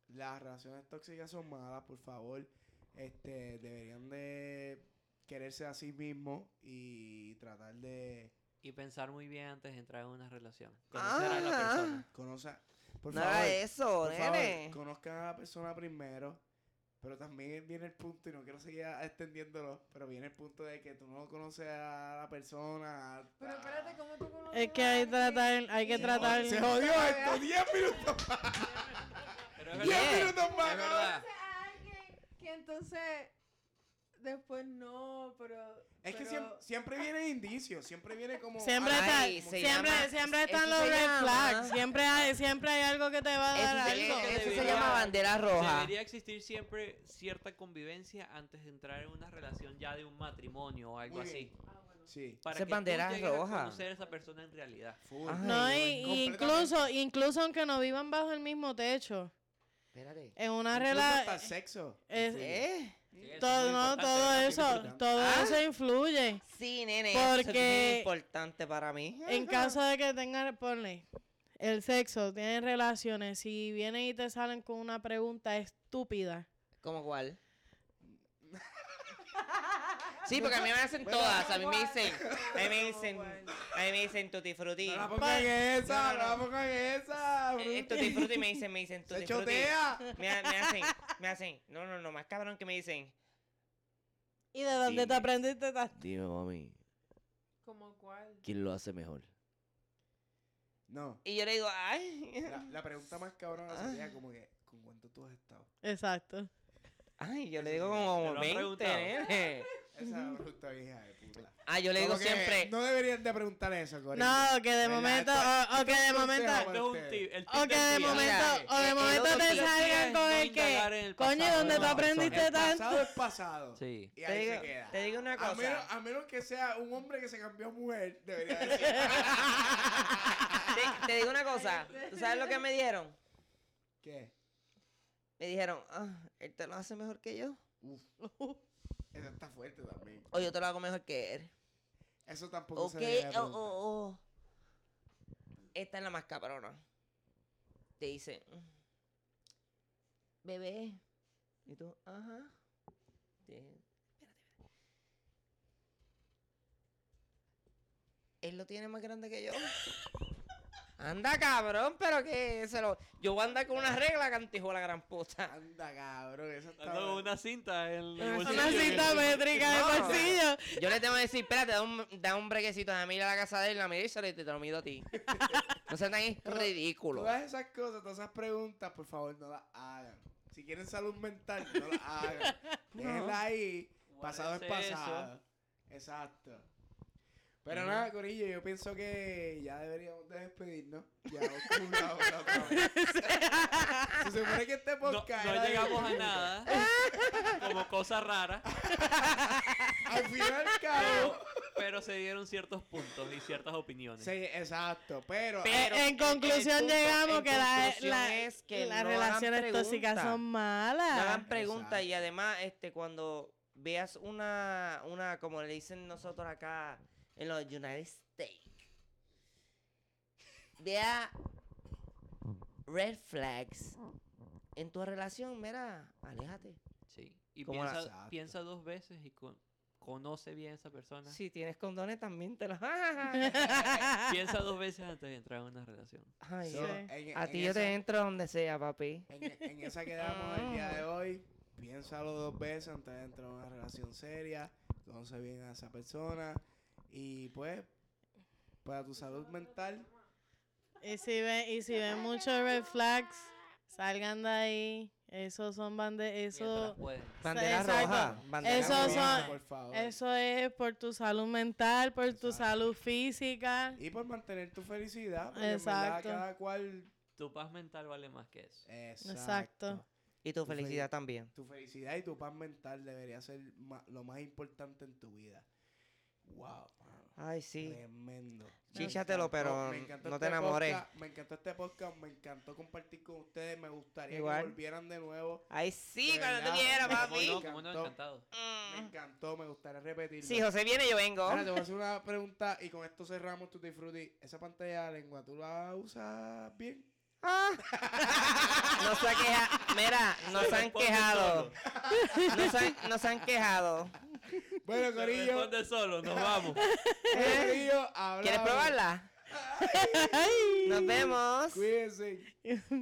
[SPEAKER 3] las relaciones tóxicas son malas, por favor. Este, deberían de quererse a sí mismos y tratar de
[SPEAKER 2] Y pensar muy bien antes de entrar en una relación. Conocer a la
[SPEAKER 3] Ah.
[SPEAKER 1] Ajá.
[SPEAKER 2] persona.
[SPEAKER 3] conocer. Por
[SPEAKER 1] no
[SPEAKER 3] favor,
[SPEAKER 1] haga eso,
[SPEAKER 3] por favor,
[SPEAKER 1] nene.
[SPEAKER 3] conozcan a la persona primero. Pero también viene el punto, y no quiero seguir a- extendiéndolo, pero viene el punto de que tú no conoces a la persona. hasta-
[SPEAKER 5] Pero espérate, ¿cómo tú conoces
[SPEAKER 4] Es que
[SPEAKER 5] a
[SPEAKER 4] hay,
[SPEAKER 5] alguien?
[SPEAKER 4] tratar, hay que
[SPEAKER 5] Se
[SPEAKER 4] tratar.
[SPEAKER 3] Se jodió esto, 10 minutos más,
[SPEAKER 2] Pero es
[SPEAKER 3] 10
[SPEAKER 1] Yeah.
[SPEAKER 2] verdad.
[SPEAKER 3] minutos más.
[SPEAKER 2] Es
[SPEAKER 3] cabrón.
[SPEAKER 2] verdad.
[SPEAKER 5] Conoces a alguien que entonces después no, pero...
[SPEAKER 3] Es que
[SPEAKER 5] pero-
[SPEAKER 3] siem- siempre viene indicios, siempre viene como.
[SPEAKER 4] Siempre
[SPEAKER 3] ah,
[SPEAKER 4] está,
[SPEAKER 1] Ay, se
[SPEAKER 4] siempre,
[SPEAKER 1] llama-
[SPEAKER 4] siempre
[SPEAKER 1] eso
[SPEAKER 4] están los
[SPEAKER 1] se
[SPEAKER 4] red
[SPEAKER 1] llama-
[SPEAKER 4] flags. Siempre hay, siempre hay algo que te va a dar
[SPEAKER 1] Eso, se-
[SPEAKER 4] algo.
[SPEAKER 2] que
[SPEAKER 1] eso se
[SPEAKER 2] debería-
[SPEAKER 1] llama bandera roja.
[SPEAKER 2] Debería existir siempre cierta convivencia antes de entrar en una relación ya de un matrimonio o algo
[SPEAKER 3] Muy
[SPEAKER 2] así.
[SPEAKER 3] bien.
[SPEAKER 5] Ah, bueno.
[SPEAKER 3] Sí.
[SPEAKER 2] Para
[SPEAKER 1] Esa es
[SPEAKER 2] que
[SPEAKER 1] bandera
[SPEAKER 2] tú llegues
[SPEAKER 1] roja.
[SPEAKER 2] a conocer a esa persona en realidad.
[SPEAKER 3] Full.
[SPEAKER 1] Ajá.
[SPEAKER 4] No,
[SPEAKER 1] Ay,
[SPEAKER 4] y- y incluso, incluso aunque no vivan bajo el mismo techo,
[SPEAKER 1] Espérate.
[SPEAKER 4] en una
[SPEAKER 3] Incluso hasta el
[SPEAKER 4] relación.
[SPEAKER 3] sexo.
[SPEAKER 1] ¿Eh?
[SPEAKER 4] Todo, no, todo eso,
[SPEAKER 3] importante.
[SPEAKER 4] todo
[SPEAKER 1] Ah.
[SPEAKER 4] eso influye.
[SPEAKER 1] Sí, nene. eso es bien
[SPEAKER 4] Porque-
[SPEAKER 1] importante para mí.
[SPEAKER 4] En caso de que tengan, ponle, el sexo, tienen relaciones, si vienen y te salen con una pregunta estúpida.
[SPEAKER 1] ¿Cómo cuál? Sí, porque a mí me hacen todas. A mí me dicen. A mí me dicen. A mí me dicen tutti frutti.
[SPEAKER 3] No la
[SPEAKER 1] Eh,
[SPEAKER 3] pongan esa,
[SPEAKER 1] no,
[SPEAKER 3] no,
[SPEAKER 1] no,
[SPEAKER 3] la
[SPEAKER 1] no.
[SPEAKER 3] pongan esa.
[SPEAKER 1] eh, Tutti frutti me dicen, me dicen
[SPEAKER 3] Se
[SPEAKER 1] tutti frutti.
[SPEAKER 3] chotea.
[SPEAKER 1] Me, ha- me hacen, me hacen. No, no, no, más cabrón que me dicen.
[SPEAKER 4] ¿Y de dónde
[SPEAKER 1] Sí.
[SPEAKER 4] te aprendiste tanto?
[SPEAKER 1] Dime, mami.
[SPEAKER 5] ¿Como cuál?
[SPEAKER 1] ¿Quién lo hace mejor?
[SPEAKER 3] No.
[SPEAKER 1] Y yo le digo, ay,
[SPEAKER 3] La, la pregunta más cabrona
[SPEAKER 4] Ah.
[SPEAKER 3] sería como que, ¿con cuánto tú has estado?
[SPEAKER 4] Exacto.
[SPEAKER 1] ay, yo le
[SPEAKER 3] Eso
[SPEAKER 1] digo
[SPEAKER 3] sí,
[SPEAKER 2] te
[SPEAKER 1] como
[SPEAKER 2] lo han
[SPEAKER 1] 20,
[SPEAKER 2] preguntado.
[SPEAKER 1] nene.
[SPEAKER 3] Esa es la pregunta vieja de puta.
[SPEAKER 1] Ah, yo le digo
[SPEAKER 3] Como que
[SPEAKER 1] siempre,
[SPEAKER 3] No deberían de preguntar eso, Corín.
[SPEAKER 4] No, que de
[SPEAKER 3] ¿Verdad?
[SPEAKER 4] momento,
[SPEAKER 3] Esto-
[SPEAKER 4] o, o que de
[SPEAKER 3] esto es un
[SPEAKER 4] momento,
[SPEAKER 3] tema
[SPEAKER 2] Este es un
[SPEAKER 3] ustedes.
[SPEAKER 2] tip. El tip
[SPEAKER 4] o que
[SPEAKER 2] del
[SPEAKER 4] de
[SPEAKER 2] día.
[SPEAKER 1] Mira,
[SPEAKER 4] momento, o de
[SPEAKER 1] el
[SPEAKER 4] momento
[SPEAKER 1] otro
[SPEAKER 4] te
[SPEAKER 1] día
[SPEAKER 4] salgan
[SPEAKER 2] es
[SPEAKER 4] con
[SPEAKER 2] no
[SPEAKER 4] el
[SPEAKER 2] indagar en
[SPEAKER 4] que,
[SPEAKER 2] el
[SPEAKER 4] coño,
[SPEAKER 2] pasado
[SPEAKER 4] ¿dónde
[SPEAKER 2] de
[SPEAKER 4] tú
[SPEAKER 2] la
[SPEAKER 4] aprendiste
[SPEAKER 2] persona.
[SPEAKER 3] El pasado
[SPEAKER 4] tanto?
[SPEAKER 3] es pasado.
[SPEAKER 2] Sí.
[SPEAKER 3] Y
[SPEAKER 1] te
[SPEAKER 3] ahí se
[SPEAKER 1] digo,
[SPEAKER 3] queda.
[SPEAKER 1] te digo una
[SPEAKER 3] A menos,
[SPEAKER 1] cosa.
[SPEAKER 3] a menos que sea un hombre que se cambió a mujer, debería decir.
[SPEAKER 1] Te, te digo una cosa. ¿Tú sabes lo que me dieron?
[SPEAKER 3] ¿Qué?
[SPEAKER 1] Me dijeron, ah, él te lo hace mejor que yo.
[SPEAKER 3] Uf, eso está fuerte también.
[SPEAKER 1] O yo te lo hago mejor que él.
[SPEAKER 3] Eso tampoco
[SPEAKER 1] Ok,
[SPEAKER 3] se debería de
[SPEAKER 1] oh,
[SPEAKER 3] preguntar.
[SPEAKER 1] oh, oh. Esta es la más cabrona. Te dice, bebé. Y tú, ajá. Te- espérate, espérate. Él lo tiene más grande que yo. Anda, cabrón, pero que se lo. Yo voy a andar con una regla, cantijo la gran puta.
[SPEAKER 3] Anda, cabrón, eso está...
[SPEAKER 2] Dando una cinta en el
[SPEAKER 5] Una
[SPEAKER 2] bolsillo.
[SPEAKER 4] Una cita métrica de
[SPEAKER 1] No.
[SPEAKER 4] bolsillo.
[SPEAKER 1] Yo le tengo que decir, espérate, da un, da un brequecito, a mí a la casa de él, la mira y se le- te lo mido a ti. No sean tan
[SPEAKER 3] Pero,
[SPEAKER 1] ridículos.
[SPEAKER 4] Eh,
[SPEAKER 3] Todas esas cosas, todas esas preguntas, por favor, no las hagan. Si quieren salud mental, no las hagan. Déjenla ahí. Pasado es pasado. Exacto. Pero
[SPEAKER 1] Ujú.
[SPEAKER 3] nada, Corillo, yo pienso que ya deberíamos de despedirnos. Ya oscura hora otra vez. Se supone que este
[SPEAKER 2] No,
[SPEAKER 3] podcast.
[SPEAKER 2] no
[SPEAKER 3] era de
[SPEAKER 2] llegamos a
[SPEAKER 3] 20
[SPEAKER 2] nada. Como cosa rara.
[SPEAKER 3] minutos. Al final, cabo.
[SPEAKER 2] Pero se dieron ciertos puntos y ciertas opiniones.
[SPEAKER 3] Sí, exacto. Pero.
[SPEAKER 1] Pero
[SPEAKER 4] en
[SPEAKER 1] el- el
[SPEAKER 4] conclusión
[SPEAKER 1] punto-
[SPEAKER 4] llegamos
[SPEAKER 1] en
[SPEAKER 4] que, la-
[SPEAKER 1] conclusión
[SPEAKER 4] la-
[SPEAKER 1] es que
[SPEAKER 4] las
[SPEAKER 1] no hagan
[SPEAKER 4] relaciones tóxicas
[SPEAKER 1] preguntas.
[SPEAKER 4] son
[SPEAKER 1] No
[SPEAKER 4] malas.
[SPEAKER 1] hagan preguntas y
[SPEAKER 3] Exacto.
[SPEAKER 1] además, este, cuando veas una, una, como le dicen nosotros acá en los United States, vea red flags en tu relación, mira, aléjate.
[SPEAKER 2] Sí. Y
[SPEAKER 1] Como la-
[SPEAKER 2] piensa,
[SPEAKER 3] Exacto.
[SPEAKER 2] piensa dos veces y con- conoce bien a esa persona.
[SPEAKER 1] Si tienes condones también te los...
[SPEAKER 2] Piensa dos veces antes de entrar en una relación.
[SPEAKER 1] Ay,
[SPEAKER 3] so,
[SPEAKER 1] Dios.
[SPEAKER 3] en- en
[SPEAKER 1] A ti yo
[SPEAKER 3] esa-
[SPEAKER 1] te entro donde sea, papi.
[SPEAKER 3] En, e, en esa quedamos el día de hoy. Piénsalo dos veces antes de entrar en una relación seria. Conoce bien a esa persona. Y pues, para tu salud mental,
[SPEAKER 4] Y si ven, y si ven muchos red flags, salgan de ahí. Esos son bande, eso,
[SPEAKER 2] Mientras pueden.
[SPEAKER 1] Bandera
[SPEAKER 4] exacto.
[SPEAKER 1] roja. Bandera
[SPEAKER 4] Eso
[SPEAKER 1] roja.
[SPEAKER 4] son-
[SPEAKER 3] por favor.
[SPEAKER 4] eso es por tu salud mental, por tu
[SPEAKER 3] Exacto.
[SPEAKER 4] salud física.
[SPEAKER 3] Y por mantener tu felicidad. Porque Exacto.
[SPEAKER 4] Exacto.
[SPEAKER 3] cada cual.
[SPEAKER 2] Tu paz mental vale más que eso.
[SPEAKER 3] Exacto.
[SPEAKER 1] Y tu
[SPEAKER 3] Tu fe-
[SPEAKER 1] felicidad también.
[SPEAKER 3] Tu felicidad y tu paz mental debería ser ma- lo más importante en tu vida. Wow. mano.
[SPEAKER 1] Ay, sí.
[SPEAKER 3] Tremendo. Me
[SPEAKER 1] Chíchatelo,
[SPEAKER 3] encantó,
[SPEAKER 1] pero
[SPEAKER 3] me encantó
[SPEAKER 1] no te
[SPEAKER 3] este
[SPEAKER 1] enamores.
[SPEAKER 3] podcast, me encantó este podcast, me encantó compartir con ustedes. Me gustaría
[SPEAKER 1] Igual.
[SPEAKER 3] que volvieran de nuevo.
[SPEAKER 1] Ay, sí,
[SPEAKER 3] De
[SPEAKER 1] cuando tú
[SPEAKER 3] verdad.
[SPEAKER 1] quieras,
[SPEAKER 3] Como
[SPEAKER 2] Como
[SPEAKER 1] papi.
[SPEAKER 2] no, como no,
[SPEAKER 3] Encantó.
[SPEAKER 2] encantado.
[SPEAKER 3] Me
[SPEAKER 1] Mm.
[SPEAKER 3] encantó, me gustaría repetirlo.
[SPEAKER 1] Si José viene, yo vengo.
[SPEAKER 3] Ahora te voy a hacer una pregunta y con esto cerramos tu disfruti. Esa pantalla de lengua, ¿tú la usas bien?
[SPEAKER 1] Ah. No se ha quejado. Mira, nos han
[SPEAKER 2] responde
[SPEAKER 1] quejado.
[SPEAKER 2] solo.
[SPEAKER 1] Nos han, nos han quejado.
[SPEAKER 3] Bueno,
[SPEAKER 2] Se
[SPEAKER 3] Corillo,
[SPEAKER 2] responde solo, nos vamos.
[SPEAKER 3] bueno, Corillo, hablamos.
[SPEAKER 1] ¿Quieres probarla? Nos vemos.
[SPEAKER 3] Cuídense.